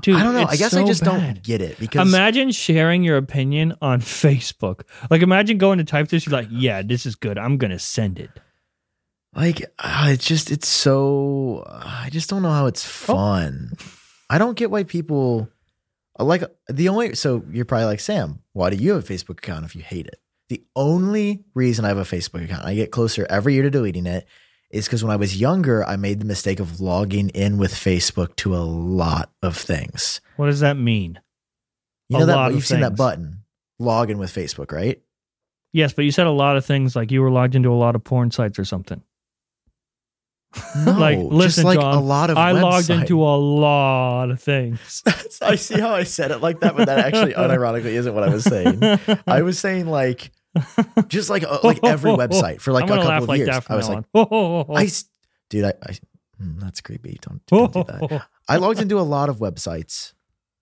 Speaker 2: Dude,
Speaker 1: I don't know.
Speaker 2: it's
Speaker 1: I guess I
Speaker 2: so
Speaker 1: just
Speaker 2: bad.
Speaker 1: don't get it because
Speaker 2: Imagine sharing your opinion on Facebook. Like, imagine going to type this. You're like, "Yeah, this is good. I'm gonna send it."
Speaker 1: like uh, it's just it's so I just don't know how it's
Speaker 2: Oh.
Speaker 1: fun. I don't get why people like the only so you're probably like Sam. Why do you have a Facebook account if you hate it? The only reason I have a Facebook account, I get closer every year to deleting it, is because when I was younger, I made the mistake of logging in with Facebook to a lot of things.
Speaker 2: What does that mean?
Speaker 1: You
Speaker 2: A
Speaker 1: know
Speaker 2: lot
Speaker 1: that
Speaker 2: of
Speaker 1: you've seen that
Speaker 2: things.
Speaker 1: button, log in with Facebook, right?
Speaker 2: Yes, but you said a lot of things like you were logged into a lot of porn sites or something.
Speaker 1: No,
Speaker 2: Like,
Speaker 1: just
Speaker 2: listen,
Speaker 1: like a
Speaker 2: John,
Speaker 1: lot of
Speaker 2: I logged
Speaker 1: websites.
Speaker 2: into a lot of things.
Speaker 1: That's- I see how I said it like that, but that actually unironically isn't what I was saying. I was saying like just like uh, like every website for like
Speaker 2: I'm
Speaker 1: a
Speaker 2: gonna
Speaker 1: couple
Speaker 2: laugh
Speaker 1: of
Speaker 2: like
Speaker 1: years.
Speaker 2: that from
Speaker 1: I was
Speaker 2: now
Speaker 1: like,
Speaker 2: on.
Speaker 1: I s- dude, I, I mm, that's creepy. Don't, don't do that. I logged into a lot of websites.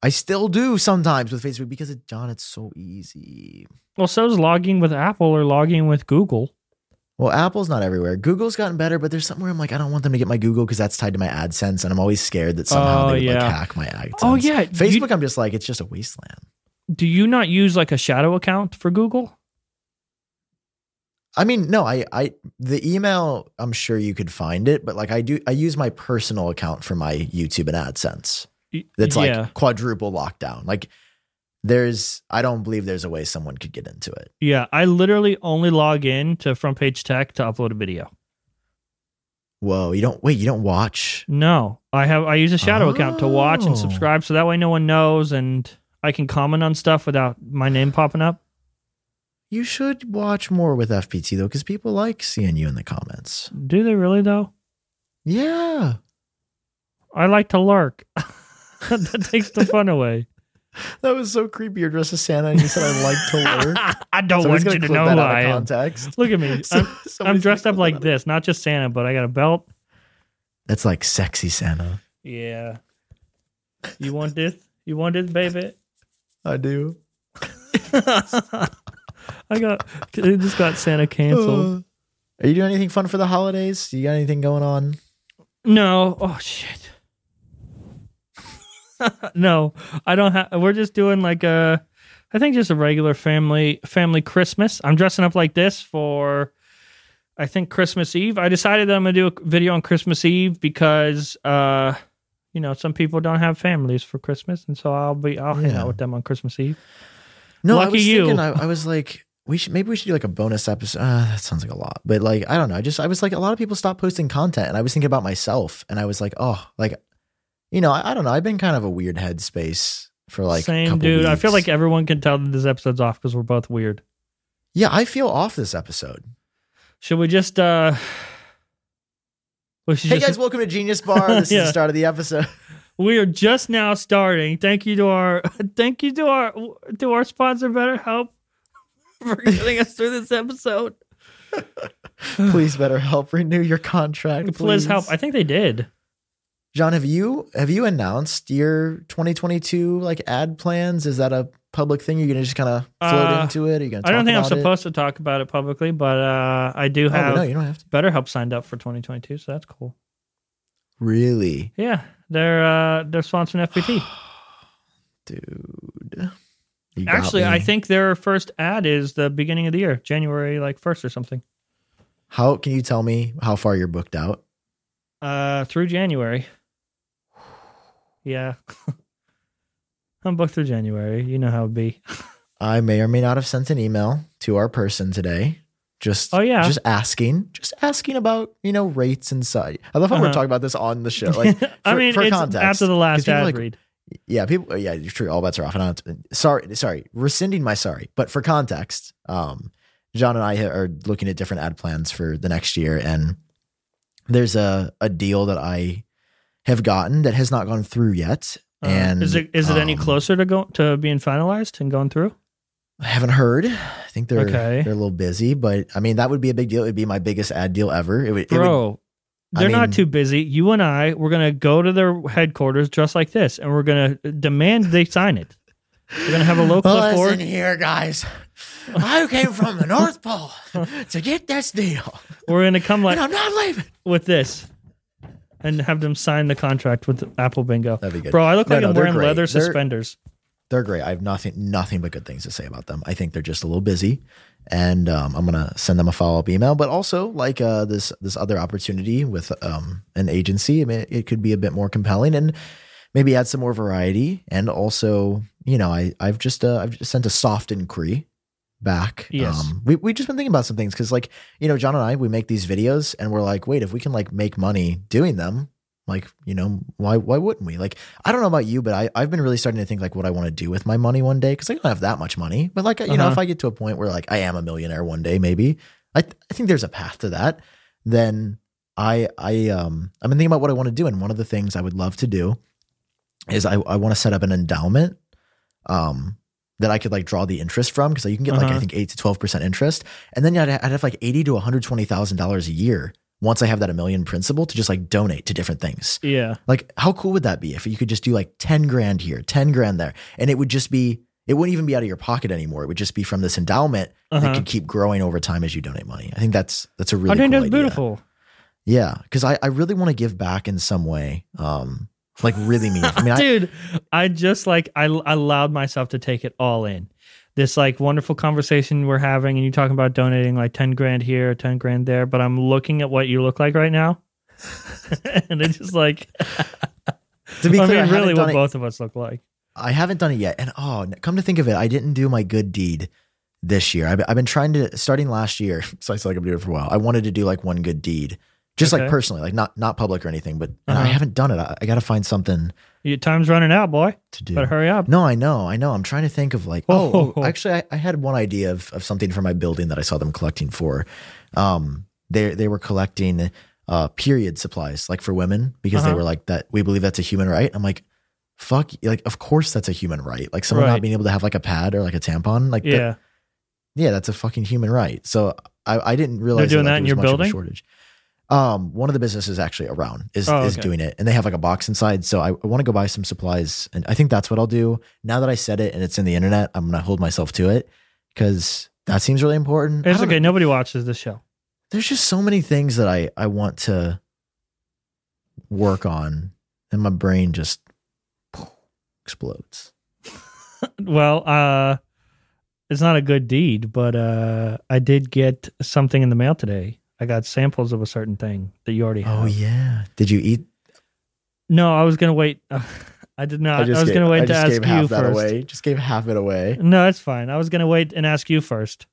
Speaker 1: I still do sometimes with Facebook because it, John, it's so easy.
Speaker 2: well, so's logging with Apple or logging with Google.
Speaker 1: Well, Apple's not everywhere. Google's gotten better, but there's somewhere I'm like, I don't want them to get my Google because that's tied to my AdSense, and I'm always scared that somehow
Speaker 2: Oh,
Speaker 1: they would
Speaker 2: yeah.
Speaker 1: like hack my AdSense.
Speaker 2: Oh yeah, you-
Speaker 1: Facebook, I'm just like, it's just a wasteland.
Speaker 2: do you not use like a shadow account for Google?
Speaker 1: I mean, no, I, I, the email, I'm sure you could find it, but like I do, I use my personal account for my YouTube and AdSense.
Speaker 2: Y-
Speaker 1: That's like
Speaker 2: yeah,
Speaker 1: quadruple lockdown. Like there's, I don't believe there's a way someone could get into it.
Speaker 2: yeah. I literally only log in to Front Page Tech to upload a video.
Speaker 1: Whoa, you don't, wait, you don't watch?
Speaker 2: No, I have I use a shadow account to watch
Speaker 1: Oh.
Speaker 2: and subscribe, so that way no one knows, and I can comment on stuff without my name popping up.
Speaker 1: You should watch more with FPT though, because people like seeing you in the comments.
Speaker 2: Do they really though?
Speaker 1: Yeah.
Speaker 2: I like to lurk. that takes the fun away.
Speaker 1: That was so creepy. You're dressed as Santa and you said, I like to lurk.
Speaker 2: I don't
Speaker 1: Someone's
Speaker 2: want
Speaker 1: gonna
Speaker 2: you to
Speaker 1: clip
Speaker 2: know
Speaker 1: that
Speaker 2: who
Speaker 1: out
Speaker 2: I
Speaker 1: of
Speaker 2: am.
Speaker 1: context.
Speaker 2: Look at me. I'm, I'm
Speaker 1: Somebody's
Speaker 2: dressed
Speaker 1: gonna clip
Speaker 2: up
Speaker 1: that
Speaker 2: like
Speaker 1: out.
Speaker 2: this, not just Santa, but I got a belt.
Speaker 1: That's like sexy Santa.
Speaker 2: Yeah. You want this? You want this, baby?
Speaker 1: I do.
Speaker 2: I got it. Just got Santa canceled.
Speaker 1: Uh, are you doing anything fun for the holidays? You got anything going on?
Speaker 2: No. Oh shit. no, I don't have. We're just doing like a, I think just a regular family family Christmas. I'm dressing up like this for, I think Christmas Eve. I decided that I'm gonna do a video on Christmas Eve because, uh, you know, some people don't have families for Christmas, and so I'll be I'll hang
Speaker 1: Yeah.
Speaker 2: out with them on Christmas Eve.
Speaker 1: No, I
Speaker 2: Lucky
Speaker 1: was
Speaker 2: you.
Speaker 1: thinking. I, I was like, we should maybe we should do like a bonus episode. Uh, that sounds like a lot, but like I don't know. I just I was like, a lot of people stop posting content, and I was thinking about myself, and I was like, oh, like, you know, I, I don't know. I've been kind of a weird headspace for like a
Speaker 2: Same
Speaker 1: couple
Speaker 2: dude. I feel
Speaker 1: weeks.
Speaker 2: like everyone can tell that this episode's off because we're both weird.
Speaker 1: yeah, I feel off this episode.
Speaker 2: Should we just uh we should
Speaker 1: Hey
Speaker 2: just
Speaker 1: guys, welcome to Genius Bar. This is
Speaker 2: Yeah.
Speaker 1: the start of the episode.
Speaker 2: we are just now starting. Thank you to our thank you to our to our sponsor BetterHelp for getting us through this episode.
Speaker 1: please, better help renew your contract.
Speaker 2: Please. help. I think they did.
Speaker 1: John, have you have you announced your 2022 like ad plans? Is that a public thing? You're gonna just kind of float
Speaker 2: Uh,
Speaker 1: into it? Are you gonna? Talk
Speaker 2: I don't think I'm
Speaker 1: about it?
Speaker 2: supposed to talk about it publicly, but uh I do
Speaker 1: Oh, but
Speaker 2: have
Speaker 1: no, you don't have to.
Speaker 2: BetterHelp signed up for 2022, so that's cool.
Speaker 1: Really,
Speaker 2: Yeah, they're uh they're sponsoring FPT.
Speaker 1: dude. You got
Speaker 2: Actually,
Speaker 1: me.
Speaker 2: I think their first ad is the beginning of the year, January like 1st or something.
Speaker 1: How can you tell me how far you're booked out?
Speaker 2: Uh, through January. Yeah. I'm booked through January. You know how it be.
Speaker 1: I may or may not have sent an email to our person today. Just
Speaker 2: Oh, yeah.
Speaker 1: just asking, just asking about you know rates and such. I love how we're
Speaker 2: Uh-huh.
Speaker 1: talking about this on the show. Like,
Speaker 2: I
Speaker 1: for-
Speaker 2: mean,
Speaker 1: for
Speaker 2: it's
Speaker 1: context,
Speaker 2: after the
Speaker 1: 'cause
Speaker 2: last
Speaker 1: people,
Speaker 2: ad
Speaker 1: like,
Speaker 2: read.
Speaker 1: yeah, people. Yeah, you're true. All bets are off. And on. Sorry, sorry. Rescinding my sorry. But for context, um, John and I ha- are looking at different ad plans for the next year, and there's a a deal that I have gotten that has not gone through yet,
Speaker 2: Uh,
Speaker 1: and
Speaker 2: is it is it any
Speaker 1: um,
Speaker 2: closer to go to being finalized and going through?
Speaker 1: I haven't heard. I think they're
Speaker 2: Okay.
Speaker 1: they're a little busy, but I mean that would be a big deal. It'd be my biggest ad deal ever. It would, it would-
Speaker 2: Bro,
Speaker 1: I
Speaker 2: they're not
Speaker 1: mean-
Speaker 2: too busy. You and I, we're gonna go to their headquarters just like this, and we're gonna demand they sign it. We're gonna have a local
Speaker 1: Listen
Speaker 2: board.
Speaker 1: here, guys. I came from the North Pole to get this deal,
Speaker 2: We're gonna come
Speaker 1: and
Speaker 2: like
Speaker 1: I'm not leaving.
Speaker 2: with this, and have them sign the contract with Apple Bingo.
Speaker 1: That'd be good.
Speaker 2: Bro, I look
Speaker 1: No,
Speaker 2: like
Speaker 1: no,
Speaker 2: I'm
Speaker 1: they're
Speaker 2: wearing
Speaker 1: great.
Speaker 2: leather
Speaker 1: They're-
Speaker 2: suspenders.
Speaker 1: they're great. I have nothing nothing but good things to say about them. I think they're just a little busy, and um, I'm gonna send them a follow up email. But also, like uh, this this other opportunity with um, an agency, I mean, it could be a bit more compelling and maybe add some more variety. And also, you know, I I've just uh, I've just sent a soft inquiry back.
Speaker 2: Yes.
Speaker 1: Um, we we just been thinking about some things because like you know John and I we make these videos and we're like, wait, if we can like make money doing them. Like, you know, why why wouldn't we? Like, I don't know about you, but I, I've been really starting to think like what I want to do with my money one day because I don't have that much money. But like, you know,
Speaker 2: Uh-huh.
Speaker 1: if I get to a point where like I am a millionaire one day, maybe I, th- I think there's a path to that. Then I I um I've been thinking about what I want to do, and one of the things I would love to do is I I want to set up an endowment, um that I could like draw the interest from because you can get like I
Speaker 2: Uh-huh.
Speaker 1: think eight to twelve percent interest, and then I'd, I'd have like eighty to one hundred twenty thousand dollars a year once I have that a million principal to just like donate to different things.
Speaker 2: Yeah.
Speaker 1: Like, how cool would that be if you could just do like 10 grand here, 10 grand there? And it would just be, it wouldn't even be out of your pocket anymore. It would just be from this endowment that
Speaker 2: Uh-huh.
Speaker 1: could keep growing over time as you donate money. I think that's, that's a really
Speaker 2: I think
Speaker 1: cool
Speaker 2: that's
Speaker 1: idea.
Speaker 2: beautiful.
Speaker 1: Yeah. Cause I, I really want to give back in some way. Um, Like really meaningful. I mean, I-
Speaker 2: dude i just like I, I allowed myself to take it all in this like wonderful conversation we're having and you talking about donating like 10 grand here 10 grand there but i'm looking at what you look like right now and it's just like
Speaker 1: to be
Speaker 2: i
Speaker 1: clear,
Speaker 2: mean
Speaker 1: I haven't
Speaker 2: really
Speaker 1: done
Speaker 2: what
Speaker 1: it-
Speaker 2: both of us look like
Speaker 1: I haven't done it yet. And oh, n- come to think of it, I didn't do my good deed this year. I've, I've been trying to starting last year, so I feel like I've been doing it for a while. I wanted to do like one good deed, just like
Speaker 2: Okay.
Speaker 1: personally, like not not public or anything. But and I
Speaker 2: Uh-huh.
Speaker 1: haven't done it. I, I got to find something
Speaker 2: your time's running out boy
Speaker 1: to do.
Speaker 2: but hurry up
Speaker 1: no, I know, I know. I'm trying to think of like, oh,
Speaker 2: Oh.
Speaker 1: actually, I, I had one idea of, of something for my building that I saw them collecting for. Um, they they were collecting uh period supplies like for women because they
Speaker 2: Uh-huh.
Speaker 1: were like that. We believe that's a human right. I'm like, fuck, like of course that's a human right. Like someone
Speaker 2: Right.
Speaker 1: not being able to have like a pad or like a tampon, like that-
Speaker 2: yeah
Speaker 1: yeah, that's a fucking human right. So I, I didn't realize
Speaker 2: doing
Speaker 1: like,
Speaker 2: that
Speaker 1: there
Speaker 2: in
Speaker 1: was
Speaker 2: your
Speaker 1: much of a
Speaker 2: building?
Speaker 1: shortage. Um, one of the businesses actually around is
Speaker 2: Oh,
Speaker 1: is
Speaker 2: okay.
Speaker 1: doing it, and they have like a box inside. So I, I want to go buy some supplies, and I think that's what I'll do. Now that I said it and it's in the internet, I'm gonna hold myself to it because that seems really important. I
Speaker 2: it's
Speaker 1: don't
Speaker 2: okay
Speaker 1: know.
Speaker 2: nobody watches this show
Speaker 1: There's just so many things that I I want to work on, and my brain just explodes.
Speaker 2: well uh it's not a good deed but uh i did get something in the mail today i got samples of a certain thing that you already have
Speaker 1: Oh yeah, did you eat?
Speaker 2: No, I was gonna wait. I did not. I, was
Speaker 1: gave-
Speaker 2: gonna wait
Speaker 1: I
Speaker 2: to
Speaker 1: just
Speaker 2: ask
Speaker 1: gave half
Speaker 2: you
Speaker 1: that
Speaker 2: first.
Speaker 1: away. Just gave half it away.
Speaker 2: No, that's fine. I was gonna wait and ask you first.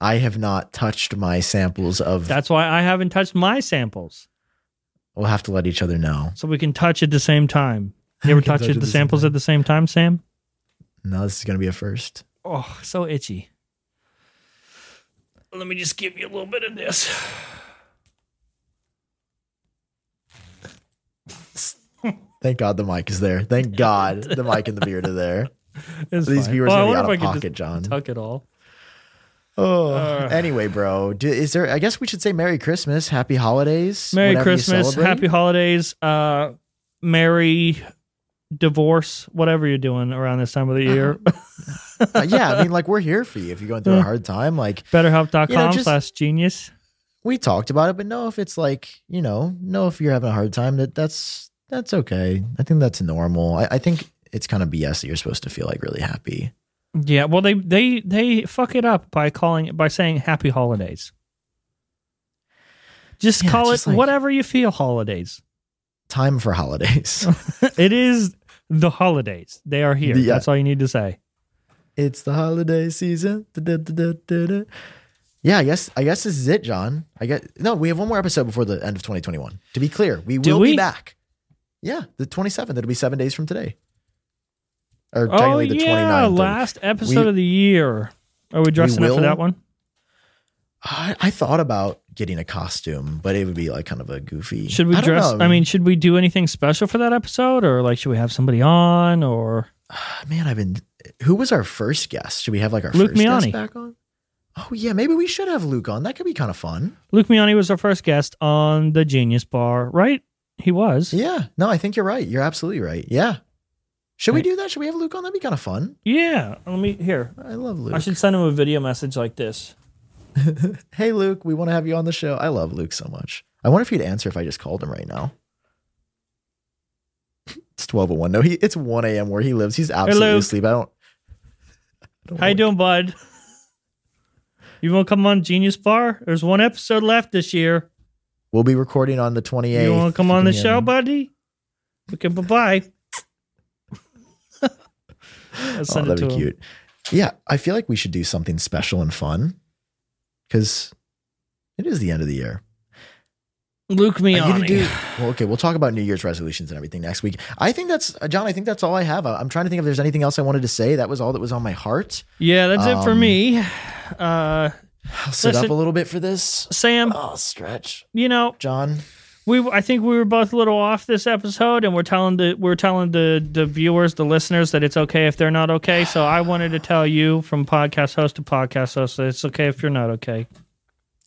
Speaker 1: I have not touched my samples of.
Speaker 2: That's why I haven't touched my samples,
Speaker 1: we'll have to let each other know.
Speaker 2: so we can touch at the same time. You ever
Speaker 1: We can
Speaker 2: touch
Speaker 1: touch
Speaker 2: it
Speaker 1: at
Speaker 2: the
Speaker 1: the same
Speaker 2: samples
Speaker 1: time.
Speaker 2: at the same time, Sam?
Speaker 1: No, this is going to be a first.
Speaker 2: Oh, so itchy. Let me just give you a little bit of this.
Speaker 1: Thank God the mic is there. Thank God the mic and the beard are there.
Speaker 2: It's
Speaker 1: These
Speaker 2: fine.
Speaker 1: viewers
Speaker 2: Oh,
Speaker 1: are
Speaker 2: I
Speaker 1: going to
Speaker 2: wonder
Speaker 1: be out of
Speaker 2: if I could
Speaker 1: pocket, John.
Speaker 2: just tuck it all.
Speaker 1: oh,
Speaker 2: Uh.
Speaker 1: anyway, bro, do, is there? I guess we should say Merry Christmas, Happy Holidays,
Speaker 2: Merry
Speaker 1: whenever you
Speaker 2: Christmas,
Speaker 1: celebrate.
Speaker 2: Happy Holidays, uh, Merry divorce, whatever you're doing around this time of the year.
Speaker 1: Uh, yeah, I mean, like we're here for you if you're going through a
Speaker 2: Yeah.
Speaker 1: hard time. Like
Speaker 2: BetterHelp.com
Speaker 1: You know, just-
Speaker 2: slash genius.
Speaker 1: we talked about it, but know if it's like you know, know if you're having a hard time that that's that's okay. I think that's normal. I, I think it's kind of BS that you're supposed to feel like really happy.
Speaker 2: Yeah, well they they they fuck it up by calling by saying happy holidays. Just
Speaker 1: Yeah,
Speaker 2: call
Speaker 1: just
Speaker 2: it
Speaker 1: like-
Speaker 2: whatever you feel holidays.
Speaker 1: Time for holidays.
Speaker 2: it is the holidays. They are here.
Speaker 1: Yeah.
Speaker 2: That's all you need to say.
Speaker 1: It's the holiday season. Da-da-da-da-da-da. Yeah, I guess I guess this is it, John. I guess no, we have one more episode before the end of 2021. To be clear, we
Speaker 2: Do
Speaker 1: will
Speaker 2: we?
Speaker 1: be back. Yeah, the 27th. It'll be seven days from today. Or
Speaker 2: Oh
Speaker 1: technically the
Speaker 2: yeah,
Speaker 1: 29th.
Speaker 2: last episode
Speaker 1: We-
Speaker 2: of the year. Are we dressing up for
Speaker 1: will-
Speaker 2: that one?
Speaker 1: I, I thought about getting a costume, but it would be like kind of a goofy.
Speaker 2: Should we
Speaker 1: I don't
Speaker 2: dress?
Speaker 1: know.
Speaker 2: I mean, should we do anything special for that episode, or like should we have somebody on? Or
Speaker 1: Ah, man, I've been. Who was our first guest? Should we have like our
Speaker 2: Luke
Speaker 1: first
Speaker 2: Miani.
Speaker 1: guest back on? Oh yeah, maybe we should have Luke on. That could be kind of fun.
Speaker 2: Luke Miani was our first guest on the Genius Bar, right? He was.
Speaker 1: Yeah. No, I think you're right. You're absolutely right. Yeah. Should we do that? Should we have Luke on? That'd be kind of fun.
Speaker 2: Yeah. Let me here.
Speaker 1: I love
Speaker 2: I
Speaker 1: Luke.
Speaker 2: should send him a video message like this.
Speaker 1: Hey, Luke, we want to have you on the show. I love Luke so much. I wonder if he'd answer if I just called him right now. It's 1201. No, he it's 1 a.m. where he lives. He's absolutely
Speaker 2: Luke.
Speaker 1: asleep. I don't. I don't
Speaker 2: How you
Speaker 1: know.
Speaker 2: doing, bud? You want to come on Genius Bar? There's one episode left this year.
Speaker 1: We'll be recording on the 28th.
Speaker 2: you want to come on the
Speaker 1: Yeah.
Speaker 2: show, buddy? Okay, bye bye.
Speaker 1: Oh, that'd be cute. Yeah, I feel like we should do something special and fun because it is the end of the year.
Speaker 2: Luke
Speaker 1: I need
Speaker 2: Miani.
Speaker 1: to do- well, okay, we'll talk about New Year's resolutions and everything next week. I think that's uh, John. I think that's all I have. I- I'm trying to think if there's anything else I wanted to say. That was all that was on my heart.
Speaker 2: yeah, that's it for
Speaker 1: Um,
Speaker 2: me. Uh,
Speaker 1: I'll sit
Speaker 2: Listen-
Speaker 1: up a little bit for this.
Speaker 2: Sam,
Speaker 1: Oh, stretch,
Speaker 2: you know,
Speaker 1: John.
Speaker 2: we I think we were both a little off this episode, and we're telling the we're telling the the viewers, the listeners, that it's okay if they're not okay. So I wanted to tell you from podcast host to podcast host that it's okay if you're not okay.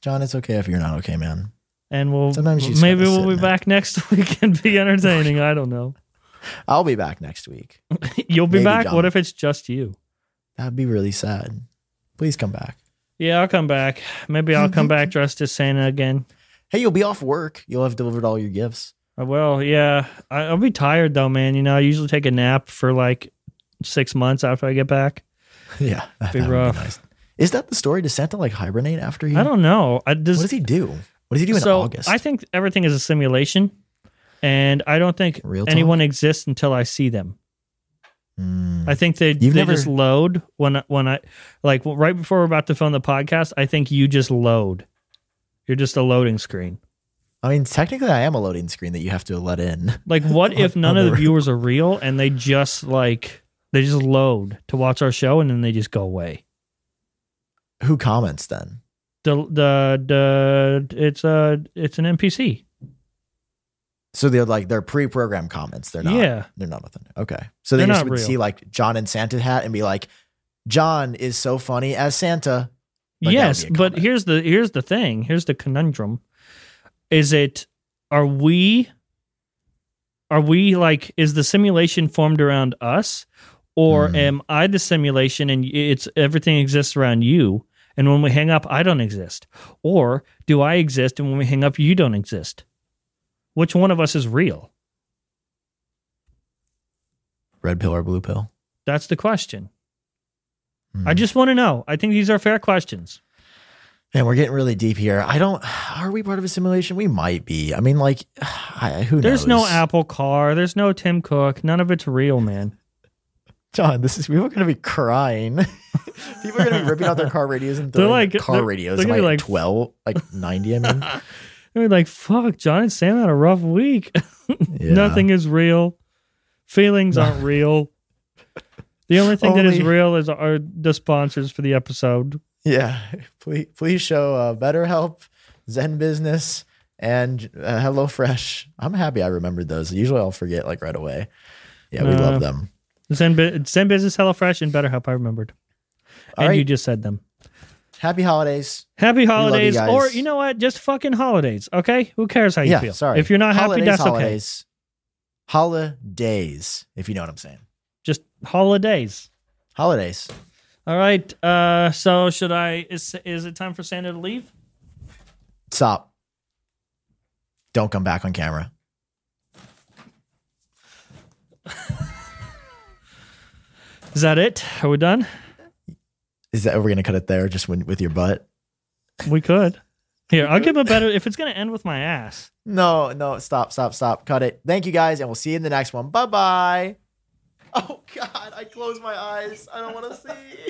Speaker 1: John, it's okay if you're not okay, man.
Speaker 2: And we'll
Speaker 1: Sometimes you just
Speaker 2: maybe
Speaker 1: gotta
Speaker 2: we'll
Speaker 1: sit
Speaker 2: be
Speaker 1: in it.
Speaker 2: back next week and be entertaining. I don't know.
Speaker 1: I'll be back next week.
Speaker 2: You'll be
Speaker 1: Maybe,
Speaker 2: back.
Speaker 1: John.
Speaker 2: What if it's just you?
Speaker 1: That'd be really sad. Please come back.
Speaker 2: Yeah, I'll come back. Maybe I'll come back dressed as Santa again.
Speaker 1: Hey, you'll be off work. You'll have delivered all your gifts.
Speaker 2: I will. Yeah, I, I'll be tired though, man. You know, I usually take a nap for like six months after I get back.
Speaker 1: yeah, that
Speaker 2: Be
Speaker 1: would
Speaker 2: rough.
Speaker 1: nice. Is that the story? Does Santa like hibernate after he?
Speaker 2: I don't know. I
Speaker 1: What
Speaker 2: does,
Speaker 1: does he do? What does he do in
Speaker 2: so
Speaker 1: August?
Speaker 2: I think everything is a simulation, and I don't think
Speaker 1: Real talk?
Speaker 2: anyone exists until I see them.
Speaker 1: Hmm.
Speaker 2: I think they
Speaker 1: You've
Speaker 2: they
Speaker 1: never-
Speaker 2: just load when when I like well, right before we're about to film the podcast. I think you just load. You're just a loading screen.
Speaker 1: I mean, technically, I am a loading screen that you have to let in.
Speaker 2: Like, what if
Speaker 1: On- on
Speaker 2: none of the
Speaker 1: the-
Speaker 2: viewers are real and they just like they just load to watch our show and then they just go away?
Speaker 1: Who comments then?
Speaker 2: The the the it's a it's an NPC.
Speaker 1: So they're like they're pre-programmed comments. They're not.
Speaker 2: Yeah.
Speaker 1: They're not nothing. Okay. So they
Speaker 2: They're
Speaker 1: just
Speaker 2: not
Speaker 1: would
Speaker 2: real.
Speaker 1: see like John and Santa hat and be like, John is so funny as Santa. Like, that would
Speaker 2: yes,
Speaker 1: be a
Speaker 2: but
Speaker 1: comment.
Speaker 2: here's the here's the thing. Here's the conundrum. Is it are we are we like is the simulation formed around us or
Speaker 1: Hmm.
Speaker 2: am I the simulation and it's everything exists around you and when we hang up I don't exist or do I exist and when we hang up you don't exist? Which one of us is real?
Speaker 1: Red pill or blue pill?
Speaker 2: That's the question. I
Speaker 1: Hmm.
Speaker 2: just want to know. I think these are fair questions.
Speaker 1: Man, we're getting really deep here. I don't. Are we part of a simulation? We might be. I mean, like, I, who
Speaker 2: There's
Speaker 1: knows?
Speaker 2: no Apple car, there's no Tim Cook, none of it's real, man.
Speaker 1: John, this is people are going to be crying. people are going to be ripping out their car radios and
Speaker 2: They're
Speaker 1: throwing
Speaker 2: like-
Speaker 1: car
Speaker 2: they're-
Speaker 1: radios.
Speaker 2: they're
Speaker 1: Am
Speaker 2: gonna
Speaker 1: I
Speaker 2: be like-
Speaker 1: like twelve, like ninety? I mean,
Speaker 2: I mean, like, fuck, John and Sam had a rough week.
Speaker 1: Yeah.
Speaker 2: Nothing is real. Feelings aren't real. The only thing that is
Speaker 1: Only-
Speaker 2: real is are the sponsors for the episode.
Speaker 1: Yeah, please please show uh, BetterHelp, Zen Business, and uh, HelloFresh. I'm happy I remembered those. Usually I'll forget like right away. Yeah, we
Speaker 2: Uh,
Speaker 1: love them.
Speaker 2: Send, bu- send business, HelloFresh, and BetterHelp. I remembered,
Speaker 1: All
Speaker 2: and
Speaker 1: right,
Speaker 2: you just said them.
Speaker 1: happy holidays.
Speaker 2: Happy
Speaker 1: you
Speaker 2: holidays,
Speaker 1: guys.
Speaker 2: or you know what? Just fucking holidays. Okay, who cares how you
Speaker 1: yeah,
Speaker 2: feel?
Speaker 1: sorry.
Speaker 2: If you're not happy,
Speaker 1: Holidays,
Speaker 2: that's okay.
Speaker 1: holidays. Holidays, if you know what I'm saying.
Speaker 2: Just holidays.
Speaker 1: Holidays.
Speaker 2: All right. Uh, so should I? Is is it time for Santa to leave?
Speaker 1: Stop. Don't come back on camera.
Speaker 2: Is that it? Are we done?
Speaker 1: Is that we're gonna cut it there just when, with your butt?
Speaker 2: We could. Here, I'll give him a better. If it's gonna end with my ass.
Speaker 1: No, no, stop, stop, stop. Cut it. Thank you guys, and we'll see you in the next one. Bye bye. Oh God, I closed my eyes. I don't want to see.